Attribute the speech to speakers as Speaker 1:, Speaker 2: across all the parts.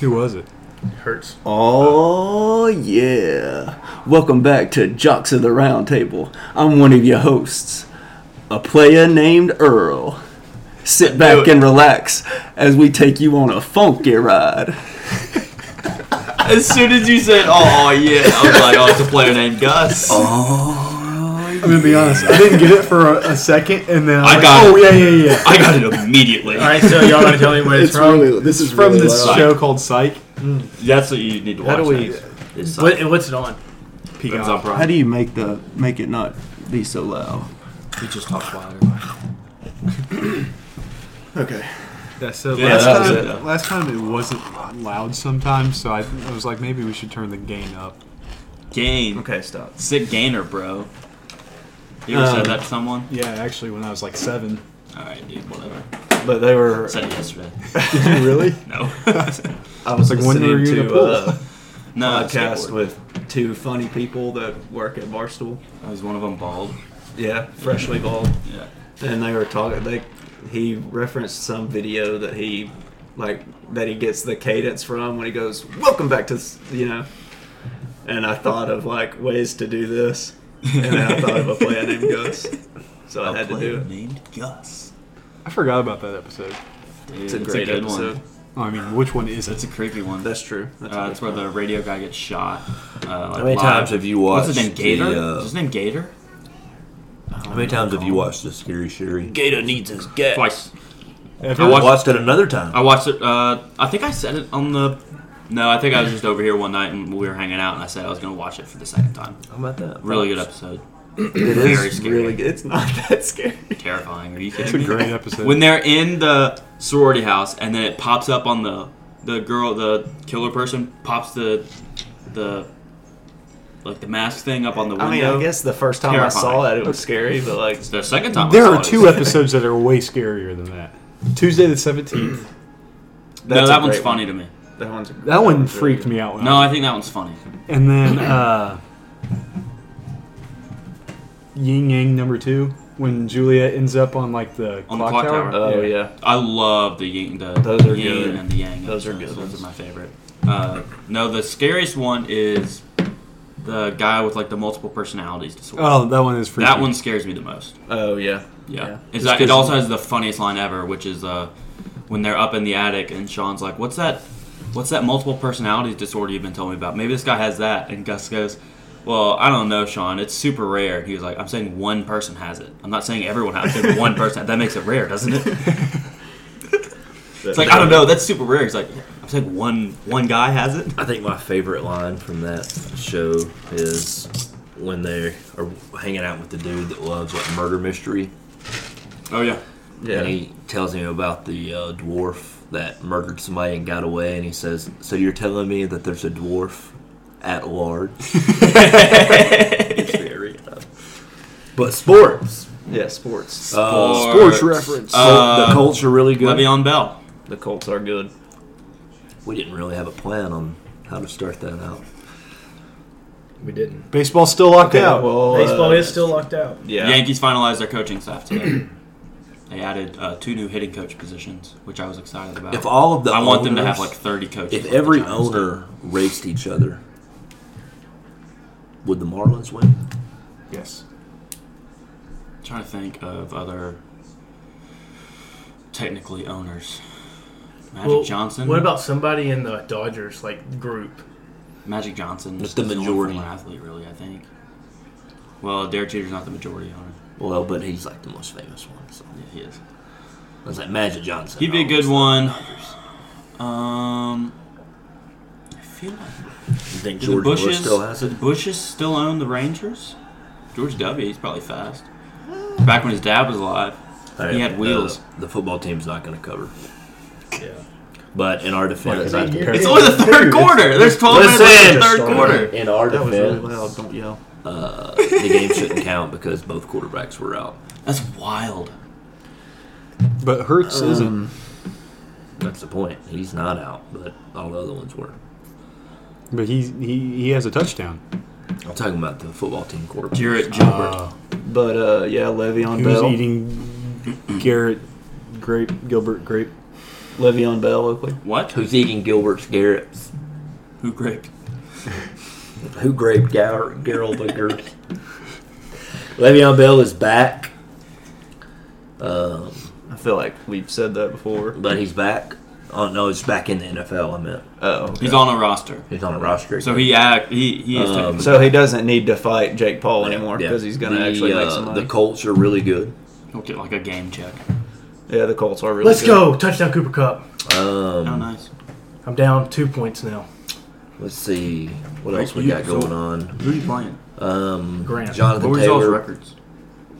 Speaker 1: Who was it?
Speaker 2: Hurts.
Speaker 3: Oh yeah! Welcome back to Jocks of the Round Table. I'm one of your hosts, a player named Earl. Sit back
Speaker 2: it.
Speaker 3: and relax as we take you on a funky ride.
Speaker 4: As soon as you said, "Oh yeah," I was like, "Oh, it's a player named Gus."
Speaker 1: I'm gonna be honest. I didn't get it for a, a second, and then I'm
Speaker 4: I
Speaker 1: like,
Speaker 4: got
Speaker 1: oh
Speaker 4: it.
Speaker 1: yeah, yeah, yeah.
Speaker 4: I got it immediately.
Speaker 2: All right, so y'all gonna tell me where it's,
Speaker 5: It's
Speaker 2: from?
Speaker 5: really, this is
Speaker 1: It's from
Speaker 5: really
Speaker 1: this
Speaker 5: loud.
Speaker 1: show called Psych.
Speaker 4: That's what you need to watch.
Speaker 1: How do we?
Speaker 4: next. It's
Speaker 2: What,
Speaker 4: like,
Speaker 2: and what's it on?
Speaker 4: Amazon Prime.
Speaker 3: How do you make the make it not be so loud?
Speaker 4: you just talk louder?
Speaker 5: Okay.
Speaker 1: That's so
Speaker 4: Yeah,
Speaker 1: last
Speaker 4: that was
Speaker 1: time.
Speaker 4: it.
Speaker 1: Last time it wasn't loud sometimes, so I, I was like, maybe we should turn the gain up.
Speaker 4: Gain.
Speaker 3: Okay, stop.
Speaker 4: Sick gainer, bro. You ever said that to someone?
Speaker 1: Yeah, actually, when I was like seven,
Speaker 4: All right, dude. Whatever.
Speaker 1: but they were.
Speaker 4: I said it yesterday.
Speaker 1: Did you really?
Speaker 4: No.
Speaker 3: I was
Speaker 1: It's like, when were
Speaker 3: listening
Speaker 1: you in the
Speaker 3: to uh,
Speaker 1: pool?
Speaker 3: a
Speaker 4: no. I
Speaker 3: podcast
Speaker 4: skateboard.
Speaker 3: with two funny people that work at Barstool.
Speaker 4: I was one of them bald.
Speaker 3: Yeah, freshly bald.
Speaker 4: Yeah.
Speaker 3: and they were talking they he referenced some video that he like that he gets the cadence from when he goes welcome back to s-" you know and i thought of like ways to do this and then i thought of a player named gus so i
Speaker 4: A
Speaker 3: had to
Speaker 4: player
Speaker 3: do it
Speaker 4: named Gus.
Speaker 1: I forgot about that episode.
Speaker 4: Dude,
Speaker 3: it's a great
Speaker 4: good
Speaker 3: episode
Speaker 4: One.
Speaker 1: Oh, I mean, which one is
Speaker 4: It's
Speaker 1: it?
Speaker 4: a creepy one.
Speaker 3: that's true that's,
Speaker 4: uh, that's where the radio guy gets shot. Uh, like
Speaker 6: How many
Speaker 4: live.
Speaker 6: times have you watched?
Speaker 4: What's his name? Gator.
Speaker 6: The, uh,
Speaker 4: Is his name Gator?
Speaker 6: how many times have you watched the Scary Sherry?
Speaker 4: Gator needs his gas. Twice.
Speaker 1: If
Speaker 6: I
Speaker 1: it-
Speaker 6: watched, it another
Speaker 4: I
Speaker 6: time.
Speaker 4: watched it. Uh, I think I said it on the. No, I think I was just over here one night and we were hanging out, and I said I was going to watch it for the second time.
Speaker 6: How about that?
Speaker 4: Really good episode.
Speaker 3: it
Speaker 4: very
Speaker 3: is
Speaker 4: scary.
Speaker 3: really good it's not that scary
Speaker 4: Terrifying. Are you
Speaker 1: It's
Speaker 4: kidding
Speaker 1: a
Speaker 4: me?
Speaker 1: great episode.
Speaker 4: When they're in the sorority house, and then it pops up on the the girl, the killer person pops the the like the mask thing up on the window.
Speaker 3: i mean i guess the first time i saw
Speaker 4: Terrifying.
Speaker 3: it it was scary but like
Speaker 4: the second time. I
Speaker 1: there
Speaker 4: saw
Speaker 1: are
Speaker 4: it,
Speaker 1: two
Speaker 4: it was-
Speaker 1: episodes that are way scarier than that. Tuesday the seventeenth.
Speaker 4: No,
Speaker 3: that's a
Speaker 4: that one's
Speaker 3: great
Speaker 4: funny
Speaker 3: one.
Speaker 4: to me.
Speaker 3: that one's
Speaker 1: That one freaked me out. When
Speaker 4: No,
Speaker 1: I,
Speaker 4: I think that one's funny.
Speaker 1: and then uh, Ying Yang number two when Julia ends up on like the,
Speaker 4: On the
Speaker 1: clock,
Speaker 4: clock
Speaker 1: tower.
Speaker 4: tower.
Speaker 3: oh
Speaker 1: Yeah.
Speaker 3: yeah
Speaker 4: I love the yin, the
Speaker 3: Those are
Speaker 4: yin
Speaker 3: good.
Speaker 4: and the yang.
Speaker 3: Those are
Speaker 4: episodes.
Speaker 3: good
Speaker 4: Those are my favorite. Uh, no, the scariest one is the guy with like the multiple personalities disorder.
Speaker 1: Oh, that one is freaky.
Speaker 4: that one scares me the most.
Speaker 3: oh yeah
Speaker 4: Yeah,
Speaker 3: Yeah. Just
Speaker 4: It's that,
Speaker 3: 'cause-
Speaker 4: it also has the funniest line ever, which is uh, when they're up in the attic and Sean's like, "What's that? What's that multiple personality disorder you've been telling me about? Maybe this guy has that." And Gus goes. Well, I don't know, Sean. It's super rare. He was like, "I'm saying one person has it. I'm not saying everyone has it. I'm saying one person. That makes it rare, doesn't it?" It's like I don't know. That's super rare. It's like I'm saying one one guy has it.
Speaker 6: I think my favorite line from that show is when they are hanging out with the dude that loves like murder mystery,
Speaker 4: Oh yeah.
Speaker 3: yeah
Speaker 6: and he tells me about the uh, dwarf that murdered somebody and got away, and he says, "So you're telling me that there's a dwarf at large?" It's very, uh, but sports,
Speaker 3: yeah sports
Speaker 6: Uh,
Speaker 4: Sports
Speaker 1: reference.
Speaker 4: Uh,
Speaker 6: the Colts are really good.
Speaker 4: Le'Veon Bell.
Speaker 3: the colts are good
Speaker 6: We didn't really have a plan on how to start that out.
Speaker 5: We didn't.
Speaker 1: Baseball's still locked out.
Speaker 3: well,
Speaker 2: Baseball
Speaker 3: uh,
Speaker 2: is still locked out.
Speaker 3: Yeah.
Speaker 4: The Yankees finalized their coaching staff today. they added uh, two new hitting coach positions, which I was excited about.
Speaker 6: If all of the
Speaker 4: Oh. I want them to have
Speaker 6: owners-
Speaker 4: like 30 coaches.
Speaker 6: If
Speaker 4: like the
Speaker 6: every
Speaker 4: Giants do.
Speaker 6: owner raced each other, would the Marlins win?
Speaker 1: yes.
Speaker 4: I'm trying to think of other technically owners. Magic
Speaker 2: Well,
Speaker 4: Johnson.
Speaker 2: What about somebody in the Dodgers like group?
Speaker 4: Magic Johnson?
Speaker 6: It's the
Speaker 4: is only
Speaker 6: majority.
Speaker 4: former athlete, really. I think. Well, Derek Jeter's not the majority owner.
Speaker 6: Well, but he's like the most famous one. So
Speaker 4: Yeah, he is.
Speaker 6: it's like Magic Johnson. Oh.
Speaker 4: He'd be a good one. Um, I feel like
Speaker 6: You think
Speaker 4: do the
Speaker 6: George Bush
Speaker 4: Bushes
Speaker 6: still has
Speaker 4: do
Speaker 6: it?
Speaker 4: the Bushes still own the Rangers? George W. He's probably fast. Back when his dad was alive, he had wheels.
Speaker 6: Uh, The, the football team's not going to cover.
Speaker 5: Yeah.
Speaker 6: But in our defense,
Speaker 5: Like, you-
Speaker 4: it's only the third quarter. There's 12 minutes left in
Speaker 6: listen.
Speaker 4: the third quarter.
Speaker 6: In our
Speaker 3: That was really loud.
Speaker 6: defense,
Speaker 3: Don't yell.
Speaker 6: uh, the game shouldn't count because both quarterbacks were out.
Speaker 4: That's wild.
Speaker 1: But
Speaker 6: Um,
Speaker 1: Hertz isn't.
Speaker 6: That's the point. He's not out, but all the other ones were.
Speaker 1: But he he he has a touchdown.
Speaker 6: I'm talking about the football team quarterback.
Speaker 4: Jarrett Gilbert.
Speaker 1: Uh,
Speaker 3: But uh, yeah, Le'Veon
Speaker 1: he was
Speaker 3: Bell.
Speaker 1: eating Garrett grape Gilbert grape.
Speaker 3: Le'Veon Bell, Oakley.
Speaker 4: What?
Speaker 6: Who's eating Gilbert's Garrett's?
Speaker 4: Who graped?
Speaker 6: Who graped Gar- Gerald Lickard? Le'Veon Bell is back. Um,
Speaker 3: I feel like we've said that before.
Speaker 6: but he's back. Oh, no, he's back in the NFL, I meant.
Speaker 3: Oh, okay.
Speaker 4: He's on a roster,
Speaker 6: He's on a roster.
Speaker 4: so he act he he is.
Speaker 6: Um,
Speaker 4: technically-
Speaker 3: So he doesn't need to fight Jake Paul anymore
Speaker 6: Yeah.
Speaker 3: because he's going to
Speaker 6: The,
Speaker 3: actually make
Speaker 6: uh,
Speaker 3: some money.
Speaker 6: The Colts are really good.
Speaker 4: he'll get like a game check.
Speaker 3: yeah, the Colts are really.
Speaker 2: Let's
Speaker 3: good.
Speaker 2: go. Touchdown Cooper Cup.
Speaker 6: Um,
Speaker 4: Oh, nice.
Speaker 2: I'm down two points now.
Speaker 6: Let's see what
Speaker 4: Wait,
Speaker 6: else we
Speaker 4: you-
Speaker 6: got going
Speaker 4: so-
Speaker 6: on.
Speaker 4: Who are you playing?
Speaker 6: Um,
Speaker 2: Grant.
Speaker 6: Jonathan
Speaker 4: What were y'all's
Speaker 6: Taylor
Speaker 4: records?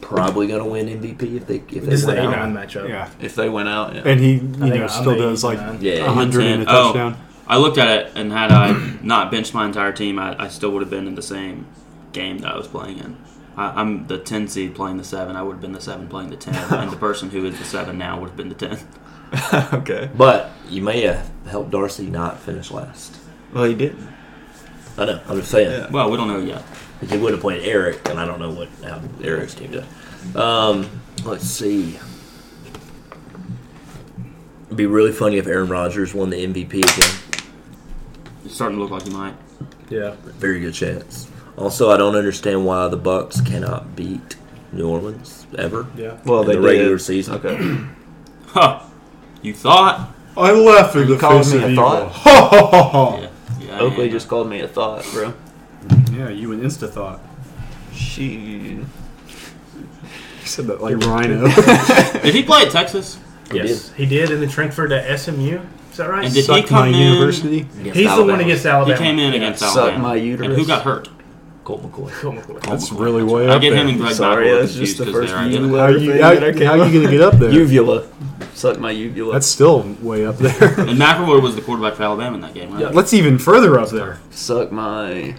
Speaker 6: probably going to win MVP if they if
Speaker 2: This
Speaker 6: they
Speaker 2: is the
Speaker 6: win
Speaker 2: A
Speaker 6: out.
Speaker 2: nine matchup.
Speaker 1: Yeah,
Speaker 3: If they went out, yeah.
Speaker 1: and he you
Speaker 2: I think
Speaker 1: know
Speaker 2: I'm
Speaker 1: still
Speaker 2: the
Speaker 1: does like
Speaker 2: 89.
Speaker 6: Yeah,
Speaker 1: a hundred and a
Speaker 4: ten. Oh.
Speaker 1: touchdown.
Speaker 4: I looked at it, and had I not benched my entire team, I, I still would have been in the same game that I was playing in. I, I'm the 10 seed playing the 7. I would have been the 7 playing the 10. and the person who is the 7 now would have been the 10.
Speaker 3: okay.
Speaker 6: But you may have helped Darcy not finish last.
Speaker 3: Well, he did.
Speaker 6: I know. I'm just saying.
Speaker 3: Yeah.
Speaker 4: Well, we don't know yet.
Speaker 6: If He would have played Eric, and I don't know what how Eric's team did. Um, let's see. It'd be really funny if Aaron Rodgers won the MVP again.
Speaker 4: It's starting to look like he might.
Speaker 2: Yeah.
Speaker 6: Very good chance. Also, I don't understand why the Bucks cannot beat New Orleans ever.
Speaker 2: Yeah.
Speaker 3: Well,
Speaker 6: In
Speaker 3: they
Speaker 6: the regular
Speaker 3: did.
Speaker 6: season.
Speaker 3: Okay.
Speaker 4: Huh. You thought?
Speaker 1: I laugh at the
Speaker 3: called
Speaker 1: face
Speaker 3: me
Speaker 1: of
Speaker 3: a
Speaker 1: evil.
Speaker 3: thought?
Speaker 1: Ha ha ha ha.
Speaker 4: Yeah. yeah I
Speaker 3: Oakley
Speaker 4: am.
Speaker 3: just called me a thought, bro.
Speaker 1: Yeah, you an insta thought.
Speaker 3: She.
Speaker 1: You said that like Rhino.
Speaker 4: Did he play at Texas?
Speaker 2: Yes. He did in the transfer to SMU. Is that right?
Speaker 4: And did-
Speaker 1: Suck
Speaker 4: come
Speaker 1: my
Speaker 4: in?
Speaker 1: university.
Speaker 6: Against
Speaker 2: He's the one
Speaker 6: Alabama.
Speaker 2: against
Speaker 3: Oh,
Speaker 2: Alabama.
Speaker 4: He came in
Speaker 2: Yeah.
Speaker 4: against
Speaker 3: Suck
Speaker 4: Alabama.
Speaker 3: my
Speaker 4: And who
Speaker 3: uterus.
Speaker 4: got hurt?
Speaker 6: Colt McCoy.
Speaker 2: Oh, my God.
Speaker 1: That's really way
Speaker 4: I
Speaker 1: up
Speaker 4: get
Speaker 1: there.
Speaker 4: him and Greg
Speaker 3: Sorry,
Speaker 4: Bauer
Speaker 3: that's
Speaker 4: confused
Speaker 3: just the
Speaker 4: 'cause
Speaker 3: first
Speaker 4: they're identical.
Speaker 1: How
Speaker 3: uvula
Speaker 1: are
Speaker 3: thing
Speaker 1: you,
Speaker 3: that I
Speaker 1: how,
Speaker 3: came
Speaker 1: how are
Speaker 3: up
Speaker 1: you gonna get up there?
Speaker 3: Uvula. Suck my uvula.
Speaker 1: That's still way up there.
Speaker 4: And McElroy was the quarterback for Alabama in that game, right?
Speaker 1: Let's even further up there.
Speaker 3: Suck my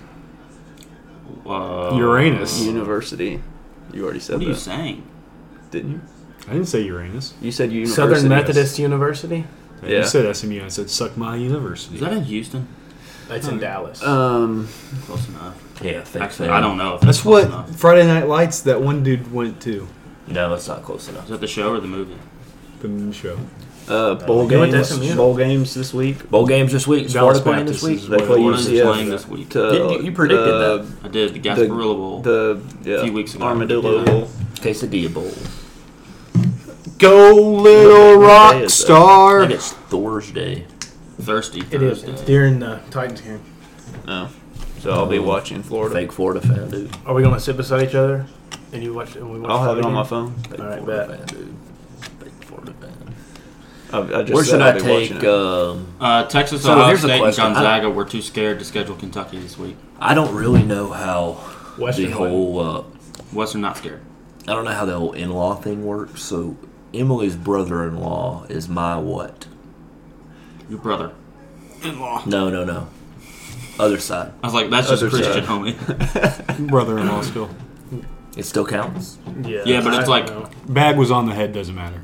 Speaker 4: Whoa.
Speaker 1: Uranus.
Speaker 3: university. You already said
Speaker 4: What are you
Speaker 3: that,
Speaker 4: saying?
Speaker 3: didn't you?
Speaker 1: I didn't say Uranus.
Speaker 3: You said university.
Speaker 2: Southern Methodist University.
Speaker 1: You
Speaker 3: Yeah.
Speaker 1: said SMU. I said suck my
Speaker 4: Is
Speaker 1: university.
Speaker 4: that in Houston?
Speaker 2: That's in Dallas.
Speaker 3: Um.
Speaker 4: Close enough.
Speaker 6: Yeah, I think
Speaker 4: Actually,
Speaker 6: so.
Speaker 4: I don't know if
Speaker 1: That's what
Speaker 4: close enough.
Speaker 1: Friday Night Lights. That one dude went to
Speaker 6: No, it's not close enough.
Speaker 4: Is that the show or the movie?
Speaker 1: the show.
Speaker 3: Uh, bowl
Speaker 2: You went to
Speaker 3: games.
Speaker 2: SMU.
Speaker 3: Bowl games this week.
Speaker 6: Bowl games this week.
Speaker 1: Dallas
Speaker 6: Sparta playing
Speaker 1: Baptist
Speaker 6: this week.
Speaker 1: is
Speaker 3: They
Speaker 1: what it
Speaker 3: play
Speaker 1: was.
Speaker 4: What is it
Speaker 3: UCF.
Speaker 4: playing this week?
Speaker 3: To,
Speaker 6: Did you- you predicted
Speaker 3: uh,
Speaker 6: that.
Speaker 4: I did the Gasparilla Bowl.
Speaker 3: The yeah,
Speaker 4: few weeks ago.
Speaker 3: Armadillo
Speaker 4: Yeah.
Speaker 3: Bowl.
Speaker 6: Quesadilla Bowl.
Speaker 1: Go little
Speaker 3: What
Speaker 1: rock
Speaker 3: day is that?
Speaker 6: I
Speaker 1: star.
Speaker 6: think it's Thursday.
Speaker 4: Thirsty
Speaker 2: it is.
Speaker 4: Thursday.
Speaker 2: Uh, It's during the Titans game.
Speaker 3: No. Oh, So I'll be watching Florida.
Speaker 6: Fake Florida fan, dude.
Speaker 2: Are we gonna sit beside each other? And you watch. And we watch
Speaker 3: I'll have it on my
Speaker 2: Friday?
Speaker 3: phone.
Speaker 6: Fake
Speaker 2: All right,
Speaker 6: Florida
Speaker 2: bet.
Speaker 6: fan, dude. Fake Florida fan.
Speaker 3: I, I just
Speaker 6: Where
Speaker 3: said
Speaker 6: should
Speaker 3: I'll
Speaker 6: I
Speaker 3: be
Speaker 6: take?
Speaker 3: watching it.
Speaker 6: Um,
Speaker 4: Uh, Texas,
Speaker 6: So
Speaker 4: Ohio
Speaker 6: here's a
Speaker 4: State, and
Speaker 6: question. I don't-
Speaker 4: Gonzaga were too scared to schedule Kentucky this week.
Speaker 6: I don't really know how
Speaker 2: Western
Speaker 6: the
Speaker 2: win.
Speaker 6: whole. Uh,
Speaker 4: Western not scared.
Speaker 6: I don't know how the whole in-law thing works. So Emily's brother-in-law is my what?
Speaker 4: Your brother.
Speaker 6: No, no, no. Other side.
Speaker 4: I was like, that's just
Speaker 3: Other side.
Speaker 4: Christian, homie.
Speaker 1: Brother-in-law still.
Speaker 6: It still counts.
Speaker 2: Yeah.
Speaker 4: Yeah, but it's like-
Speaker 1: Bag was on the head. Doesn't matter.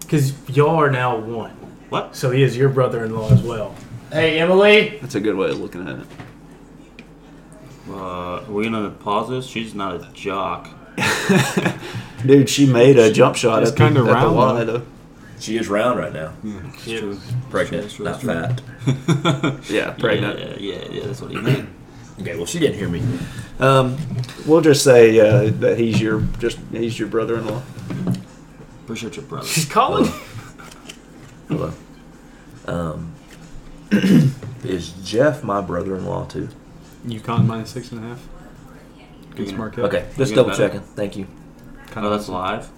Speaker 2: because y'all are now one.
Speaker 4: What?
Speaker 2: So he is your brother-in-law as well. Hey, Emily.
Speaker 3: That's a good way of looking at it.
Speaker 4: Uh, are we gonna pause this? She's not a jock.
Speaker 3: Dude, she made a jump shot
Speaker 1: It's
Speaker 3: at the,
Speaker 1: kinda
Speaker 3: at the
Speaker 1: round, though.
Speaker 3: Y, though.
Speaker 6: She is round right now.
Speaker 3: Hmm.
Speaker 2: Yeah.
Speaker 6: Pregnant,
Speaker 4: She is
Speaker 6: not
Speaker 4: round.
Speaker 6: fat.
Speaker 3: Yeah, pregnant.
Speaker 4: Yeah, yeah, yeah, that's what he meant.
Speaker 6: Okay, well she didn't hear me. Um,
Speaker 3: We'll just say uh, that he's your just he's your brother-in-law.
Speaker 4: Appreciate your brother.
Speaker 2: She's calling.
Speaker 6: hello. Um, is Jeff my brother-in-law too?
Speaker 1: UConn minus six and a half. Against Marquette.
Speaker 6: Okay, just
Speaker 4: You
Speaker 6: double
Speaker 4: got it.
Speaker 6: checking. Thank you.
Speaker 4: Oh, that's live.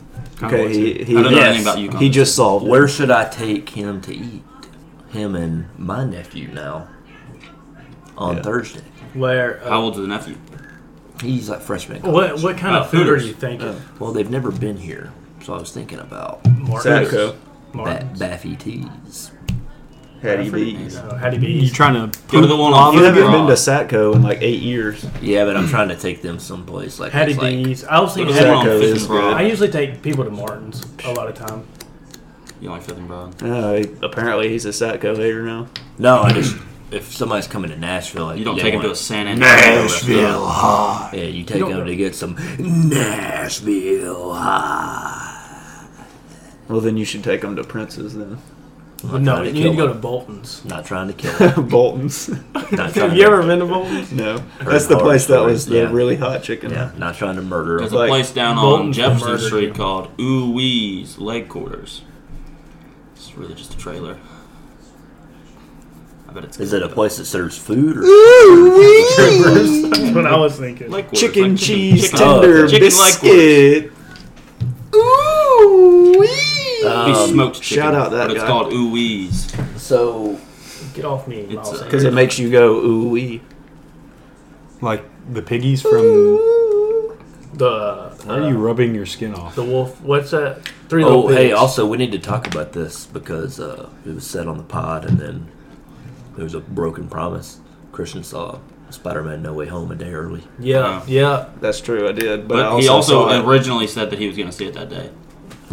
Speaker 3: Okay, he, he
Speaker 4: I don't know
Speaker 3: yes.
Speaker 4: anything about UConn.
Speaker 3: He just solved. it.
Speaker 6: Where should I take him to eat? Him and my nephew now on
Speaker 3: Yeah.
Speaker 6: Thursday.
Speaker 2: Where?
Speaker 4: How
Speaker 2: Uh,
Speaker 4: old's the nephew?
Speaker 6: He's like freshman.
Speaker 2: what? What kind
Speaker 4: Uh,
Speaker 2: of food are
Speaker 4: Hooters.
Speaker 2: you thinking?
Speaker 6: Well, they've never been here, so I was thinking about
Speaker 2: Martin's.
Speaker 3: Sadko.
Speaker 6: ba-
Speaker 2: Martin's.
Speaker 6: Baffy Tees.
Speaker 3: Had he
Speaker 4: There you
Speaker 3: beat.
Speaker 4: go.
Speaker 2: Uh, Hattie
Speaker 1: You
Speaker 2: B's.
Speaker 1: trying to
Speaker 4: Go to the one on
Speaker 3: You haven't
Speaker 4: Raw.
Speaker 3: been to Satco in like eight years.
Speaker 6: Yeah, but I'm trying to take them someplace like
Speaker 2: Hattie
Speaker 6: it's like
Speaker 2: B's. I also
Speaker 4: Go to
Speaker 2: think
Speaker 3: Hattie
Speaker 4: the one on
Speaker 3: B's
Speaker 4: Fifth
Speaker 3: is
Speaker 4: and Broad.
Speaker 2: I usually take people to Martin's a lot of time.
Speaker 4: You like Fifth and Broad?
Speaker 3: Uh, he- apparently, he's a Satco hater now.
Speaker 6: no, I just if somebody's coming to Nashville, like,
Speaker 4: You don't
Speaker 6: they
Speaker 4: take him to a
Speaker 6: want-
Speaker 4: San Antonio
Speaker 6: Nashville
Speaker 4: restaurant.
Speaker 6: hot. Yeah, you take
Speaker 2: You don't-
Speaker 6: them to get some Nashville hot.
Speaker 3: Well, then you should take them to Prince's then.
Speaker 6: Not
Speaker 2: no,
Speaker 6: trying to
Speaker 2: you need
Speaker 6: kill
Speaker 2: to go to
Speaker 6: him.
Speaker 2: Bolton's.
Speaker 6: Not trying to kill him.
Speaker 3: Bolton's.
Speaker 6: Not trying
Speaker 2: Have
Speaker 6: to
Speaker 2: you ever been to Bolton's?
Speaker 3: No, that's the
Speaker 6: horror
Speaker 3: place that was
Speaker 6: stories,
Speaker 3: the
Speaker 6: yeah.
Speaker 3: really hot chicken.
Speaker 6: Yeah, not trying to murder
Speaker 4: There's
Speaker 6: him.
Speaker 4: a
Speaker 3: Like,
Speaker 4: place down on
Speaker 2: Bolton's
Speaker 4: Jefferson
Speaker 2: murdered
Speaker 4: Street
Speaker 2: him.
Speaker 4: called Ooh Wee's Leg Quarters. It's really just a trailer. I bet it's
Speaker 6: Is it
Speaker 4: good,
Speaker 6: a
Speaker 4: though.
Speaker 6: place that serves food or
Speaker 2: That's what I was thinking.
Speaker 4: Leg quarters,
Speaker 3: Chicken,
Speaker 4: like
Speaker 3: cheese
Speaker 4: chicken,
Speaker 3: tender
Speaker 6: Oh,
Speaker 4: chicken leg quarters.
Speaker 3: biscuit. Ooh wee!
Speaker 4: He
Speaker 6: Um,
Speaker 4: smokes chicken,
Speaker 3: shout out that
Speaker 4: but it's
Speaker 3: guy.
Speaker 4: called Ooh Wee's.
Speaker 6: so? oh,
Speaker 2: Get off me,
Speaker 4: It's,
Speaker 2: Miles.
Speaker 4: uh,
Speaker 3: Because it makes you go ooh wee.
Speaker 1: Like the piggies from.
Speaker 2: the
Speaker 1: Why are you
Speaker 3: Uh,
Speaker 1: rubbing your skin off?
Speaker 2: the wolf. What's that? Three
Speaker 6: Oh,
Speaker 2: little pigs.
Speaker 6: hey, also we need to talk about this because uh, it was said on the pod, and then there was a broken promise. Christian saw Spider-Man: No Way Home a day early.
Speaker 2: Yeah, yeah.
Speaker 3: That's true, I did. But,
Speaker 4: But
Speaker 3: I also
Speaker 4: he
Speaker 3: saw it.
Speaker 4: also originally said that he was going to see it that day.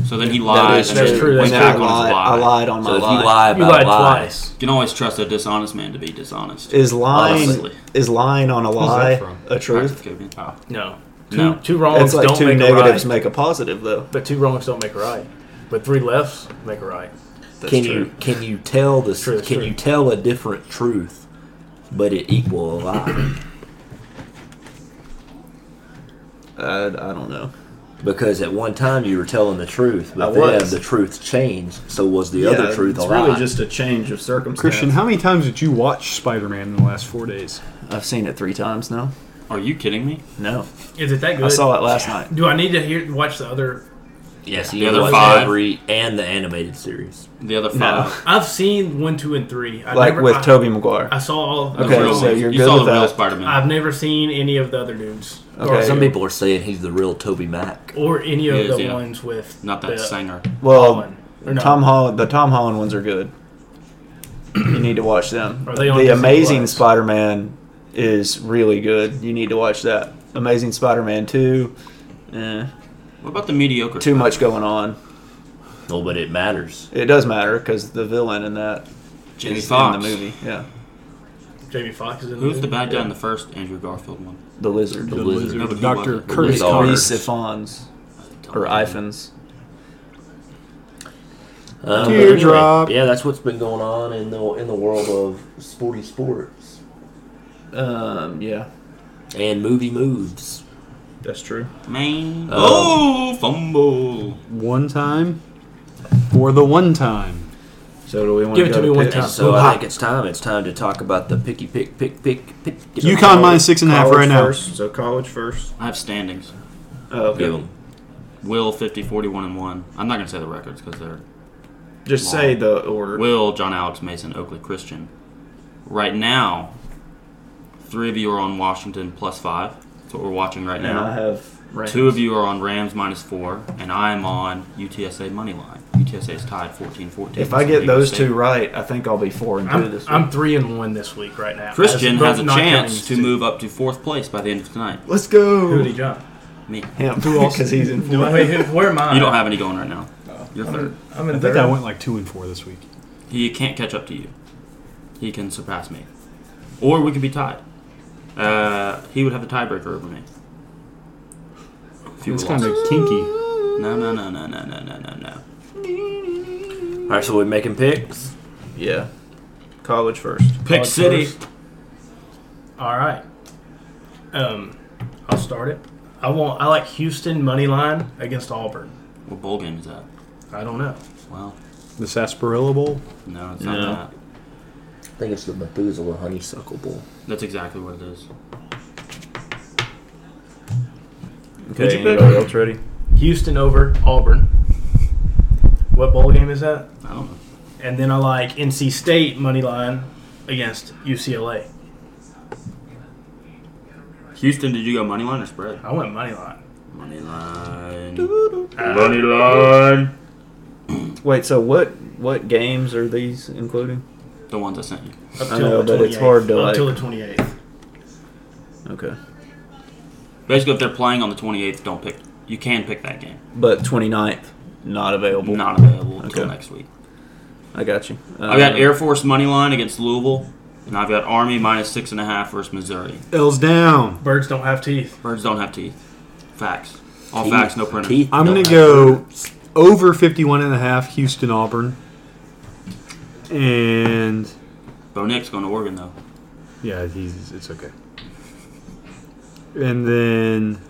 Speaker 4: So then he
Speaker 3: That
Speaker 4: lied.
Speaker 3: is
Speaker 4: and
Speaker 2: that's
Speaker 4: then
Speaker 3: true.
Speaker 2: true,
Speaker 4: Went
Speaker 2: that's
Speaker 4: back
Speaker 3: I,
Speaker 2: true.
Speaker 4: on
Speaker 3: lied,
Speaker 4: his lie.
Speaker 3: I lied on
Speaker 6: So
Speaker 3: my
Speaker 6: if you
Speaker 3: lie.
Speaker 6: lie
Speaker 2: You
Speaker 6: about
Speaker 2: lied
Speaker 6: a lie,
Speaker 2: twice.
Speaker 4: You can always trust a dishonest man to be dishonest.
Speaker 3: Is lying
Speaker 4: Honestly.
Speaker 3: is lying on a lie
Speaker 1: that from?
Speaker 3: a truth?
Speaker 4: Cocaine. Oh.
Speaker 2: No, two,
Speaker 4: No.
Speaker 2: two wrongs
Speaker 3: That's like
Speaker 2: don't
Speaker 3: two
Speaker 2: make
Speaker 3: negatives
Speaker 2: a right.
Speaker 3: make a positive, though.
Speaker 2: but two wrongs don't make a right. But three lefts make a right.
Speaker 3: That's
Speaker 6: can
Speaker 3: true.
Speaker 6: you can you tell this?
Speaker 2: True,
Speaker 6: can
Speaker 2: true.
Speaker 6: you tell a different truth, but it equal a lie?
Speaker 3: I, I don't know.
Speaker 6: Because at one time you were telling the truth,
Speaker 3: I
Speaker 6: but then
Speaker 3: was.
Speaker 6: the truth changed. So was the other truth a
Speaker 3: it's
Speaker 6: lie?
Speaker 3: really just a change of circumstance.
Speaker 1: Christian, how many times did you watch Spider Man in the last four days?
Speaker 3: I've seen it three times now.
Speaker 4: Are you kidding me?
Speaker 3: No,
Speaker 2: Is it that good?
Speaker 3: I saw it last night.
Speaker 2: Do I need to hear watch the other?
Speaker 6: yes,
Speaker 4: The
Speaker 6: the
Speaker 4: other
Speaker 6: other
Speaker 4: five.
Speaker 6: every and the animated series.
Speaker 4: The other
Speaker 3: No.
Speaker 4: five.
Speaker 2: I've seen one, two, and three. I
Speaker 3: Like
Speaker 2: never,
Speaker 3: with
Speaker 2: I,
Speaker 3: Toby Maguire.
Speaker 2: I saw all. Of
Speaker 4: The
Speaker 3: Okay,
Speaker 4: real
Speaker 3: so
Speaker 4: ones.
Speaker 3: you're
Speaker 4: you
Speaker 3: good
Speaker 4: saw
Speaker 3: with
Speaker 4: the real
Speaker 3: that.
Speaker 4: Spider-Man.
Speaker 2: I've never seen any of the other dudes.
Speaker 3: Okay.
Speaker 2: Or,
Speaker 6: Some
Speaker 3: Some
Speaker 6: people are saying he's the real Toby Mack.
Speaker 2: or any of
Speaker 4: Yes,
Speaker 2: the
Speaker 4: yeah.
Speaker 2: ones with
Speaker 4: Not that
Speaker 2: the,
Speaker 4: singer.
Speaker 3: Well,
Speaker 2: Holland. Or no.
Speaker 3: Tom Holland, the Tom Holland ones are good. you need to watch them.
Speaker 2: Are they on
Speaker 3: The
Speaker 2: Disney
Speaker 3: Amazing
Speaker 2: Plus?
Speaker 3: Spider-Man is really good. You need to watch that. Amazing Spider-Man two, eh,
Speaker 4: What about the mediocre?
Speaker 3: too much going on.
Speaker 6: No, Oh, but it matters.
Speaker 3: It does matter because the villain in that
Speaker 4: Jamie
Speaker 3: is
Speaker 4: Foxx.
Speaker 3: in the movie. Yeah,
Speaker 2: Jamie Fox is in
Speaker 4: Who's the
Speaker 2: movie.
Speaker 4: bad guy in the first Andrew Garfield one?
Speaker 3: the lizard.
Speaker 6: The
Speaker 3: The
Speaker 6: lizard.
Speaker 4: No, but who
Speaker 1: Dr.
Speaker 4: was it?
Speaker 1: Curtis
Speaker 6: It's all-
Speaker 1: Connors.
Speaker 3: Ifons
Speaker 4: Don't
Speaker 3: or
Speaker 4: know.
Speaker 3: Ifans.
Speaker 6: Um, but
Speaker 1: Teardrop.
Speaker 6: yeah, that's what's been going on in the in the world of sporty sports
Speaker 3: Um, yeah,
Speaker 6: and movie moves.
Speaker 3: that's true.
Speaker 4: Man.
Speaker 3: Uh,
Speaker 4: oh, fumble.
Speaker 1: One time for the one time.
Speaker 3: So do we want
Speaker 2: Give it
Speaker 3: to
Speaker 2: to me
Speaker 3: go
Speaker 2: one
Speaker 3: pick-
Speaker 2: time.
Speaker 6: And so
Speaker 2: Oh,
Speaker 6: I
Speaker 2: hi.
Speaker 6: think it's time. It's time to talk about the picky pick pick pick pick.
Speaker 1: UConn minus six and a half
Speaker 3: College
Speaker 1: right now.
Speaker 3: first, So college first.
Speaker 4: I have standings.
Speaker 3: Oh,
Speaker 6: Give
Speaker 3: okay.
Speaker 6: 'em.
Speaker 4: Will 50, 41, and 1. I'm not going to say the records because they're.
Speaker 3: Just say the order.
Speaker 4: Will, John Alex Mason, Oakley Christian. Right now, three of you are on Washington plus five. That's what we're watching right
Speaker 3: and I
Speaker 4: now.
Speaker 3: have Rams.
Speaker 4: Two of you are on Rams minus four, and I am on UTSA money line. UTSA is tied 14 14.
Speaker 3: If I get those two right, I think I'll be four and 2
Speaker 2: I'm,
Speaker 3: this week.
Speaker 2: I'm three and one this week right now.
Speaker 4: Christian
Speaker 2: That's
Speaker 4: has a
Speaker 2: not
Speaker 4: chance
Speaker 2: counting
Speaker 4: to
Speaker 2: two.
Speaker 4: move up to fourth place by the end of tonight.
Speaker 3: Let's go.
Speaker 2: Who did he jump?
Speaker 4: Me.
Speaker 3: Him. Because he's in
Speaker 2: Do I,
Speaker 3: four.
Speaker 2: wait, who, where am I?
Speaker 4: You don't have any going right now. You're
Speaker 2: I'm
Speaker 4: third.
Speaker 2: in, I'm in
Speaker 1: I
Speaker 2: third.
Speaker 1: think I went like two and four this week.
Speaker 4: He can't catch up to you. He can surpass me. Or we could be tied. Uh, he would have the tiebreaker over me. If you
Speaker 1: It's
Speaker 4: were
Speaker 1: kind
Speaker 4: lost.
Speaker 1: of kinky.
Speaker 4: No, no, no, no, no, no, no, no, no.
Speaker 6: All right, so we're making picks.
Speaker 3: Yeah. College first.
Speaker 4: Pick
Speaker 2: College
Speaker 4: City.
Speaker 2: first. All right. Um, I'll start it. I want. I like Houston money line against Auburn.
Speaker 4: What bowl game is that?
Speaker 2: I don't know.
Speaker 4: Well,
Speaker 1: The Sarsaparilla Bowl.
Speaker 4: no, it's
Speaker 3: No.
Speaker 4: not that.
Speaker 6: I think it's the Methuselah Honeysuckle Bowl.
Speaker 4: That's exactly what it is.
Speaker 3: Okay.
Speaker 4: you pick?
Speaker 3: anybody else ready?
Speaker 2: Houston over Auburn. What bowl game is that?
Speaker 4: I don't know.
Speaker 2: And then I like NC State money line against UCLA.
Speaker 4: Houston, did you go money line or spread?
Speaker 2: I went money line.
Speaker 4: Money line.
Speaker 2: Uh,
Speaker 4: line.
Speaker 3: Wait. So what? What games are these including?
Speaker 4: The ones I sent you.
Speaker 2: up
Speaker 3: I
Speaker 2: till
Speaker 3: know,
Speaker 2: the
Speaker 3: but it's
Speaker 2: 28th.
Speaker 3: hard to,
Speaker 2: up
Speaker 3: like-
Speaker 2: till the twenty eighth.
Speaker 3: Okay.
Speaker 4: Basically, if they're playing on the 28th, don't pick. You can pick that game.
Speaker 3: But 29th, not available.
Speaker 4: Not available until
Speaker 3: Okay.
Speaker 4: next week.
Speaker 3: I got you. Uh,
Speaker 4: I've got Air Force money line against Louisville, and I've got Army minus six and a half versus Missouri.
Speaker 1: L's down.
Speaker 2: Birds don't have teeth.
Speaker 4: Birds don't have teeth. Facts. All facts, no printer.
Speaker 1: I'm gonna go over 51 and a half Houston Auburn. And
Speaker 4: Bo Nick's going to Oregon though.
Speaker 1: yeah, he's it's okay. And then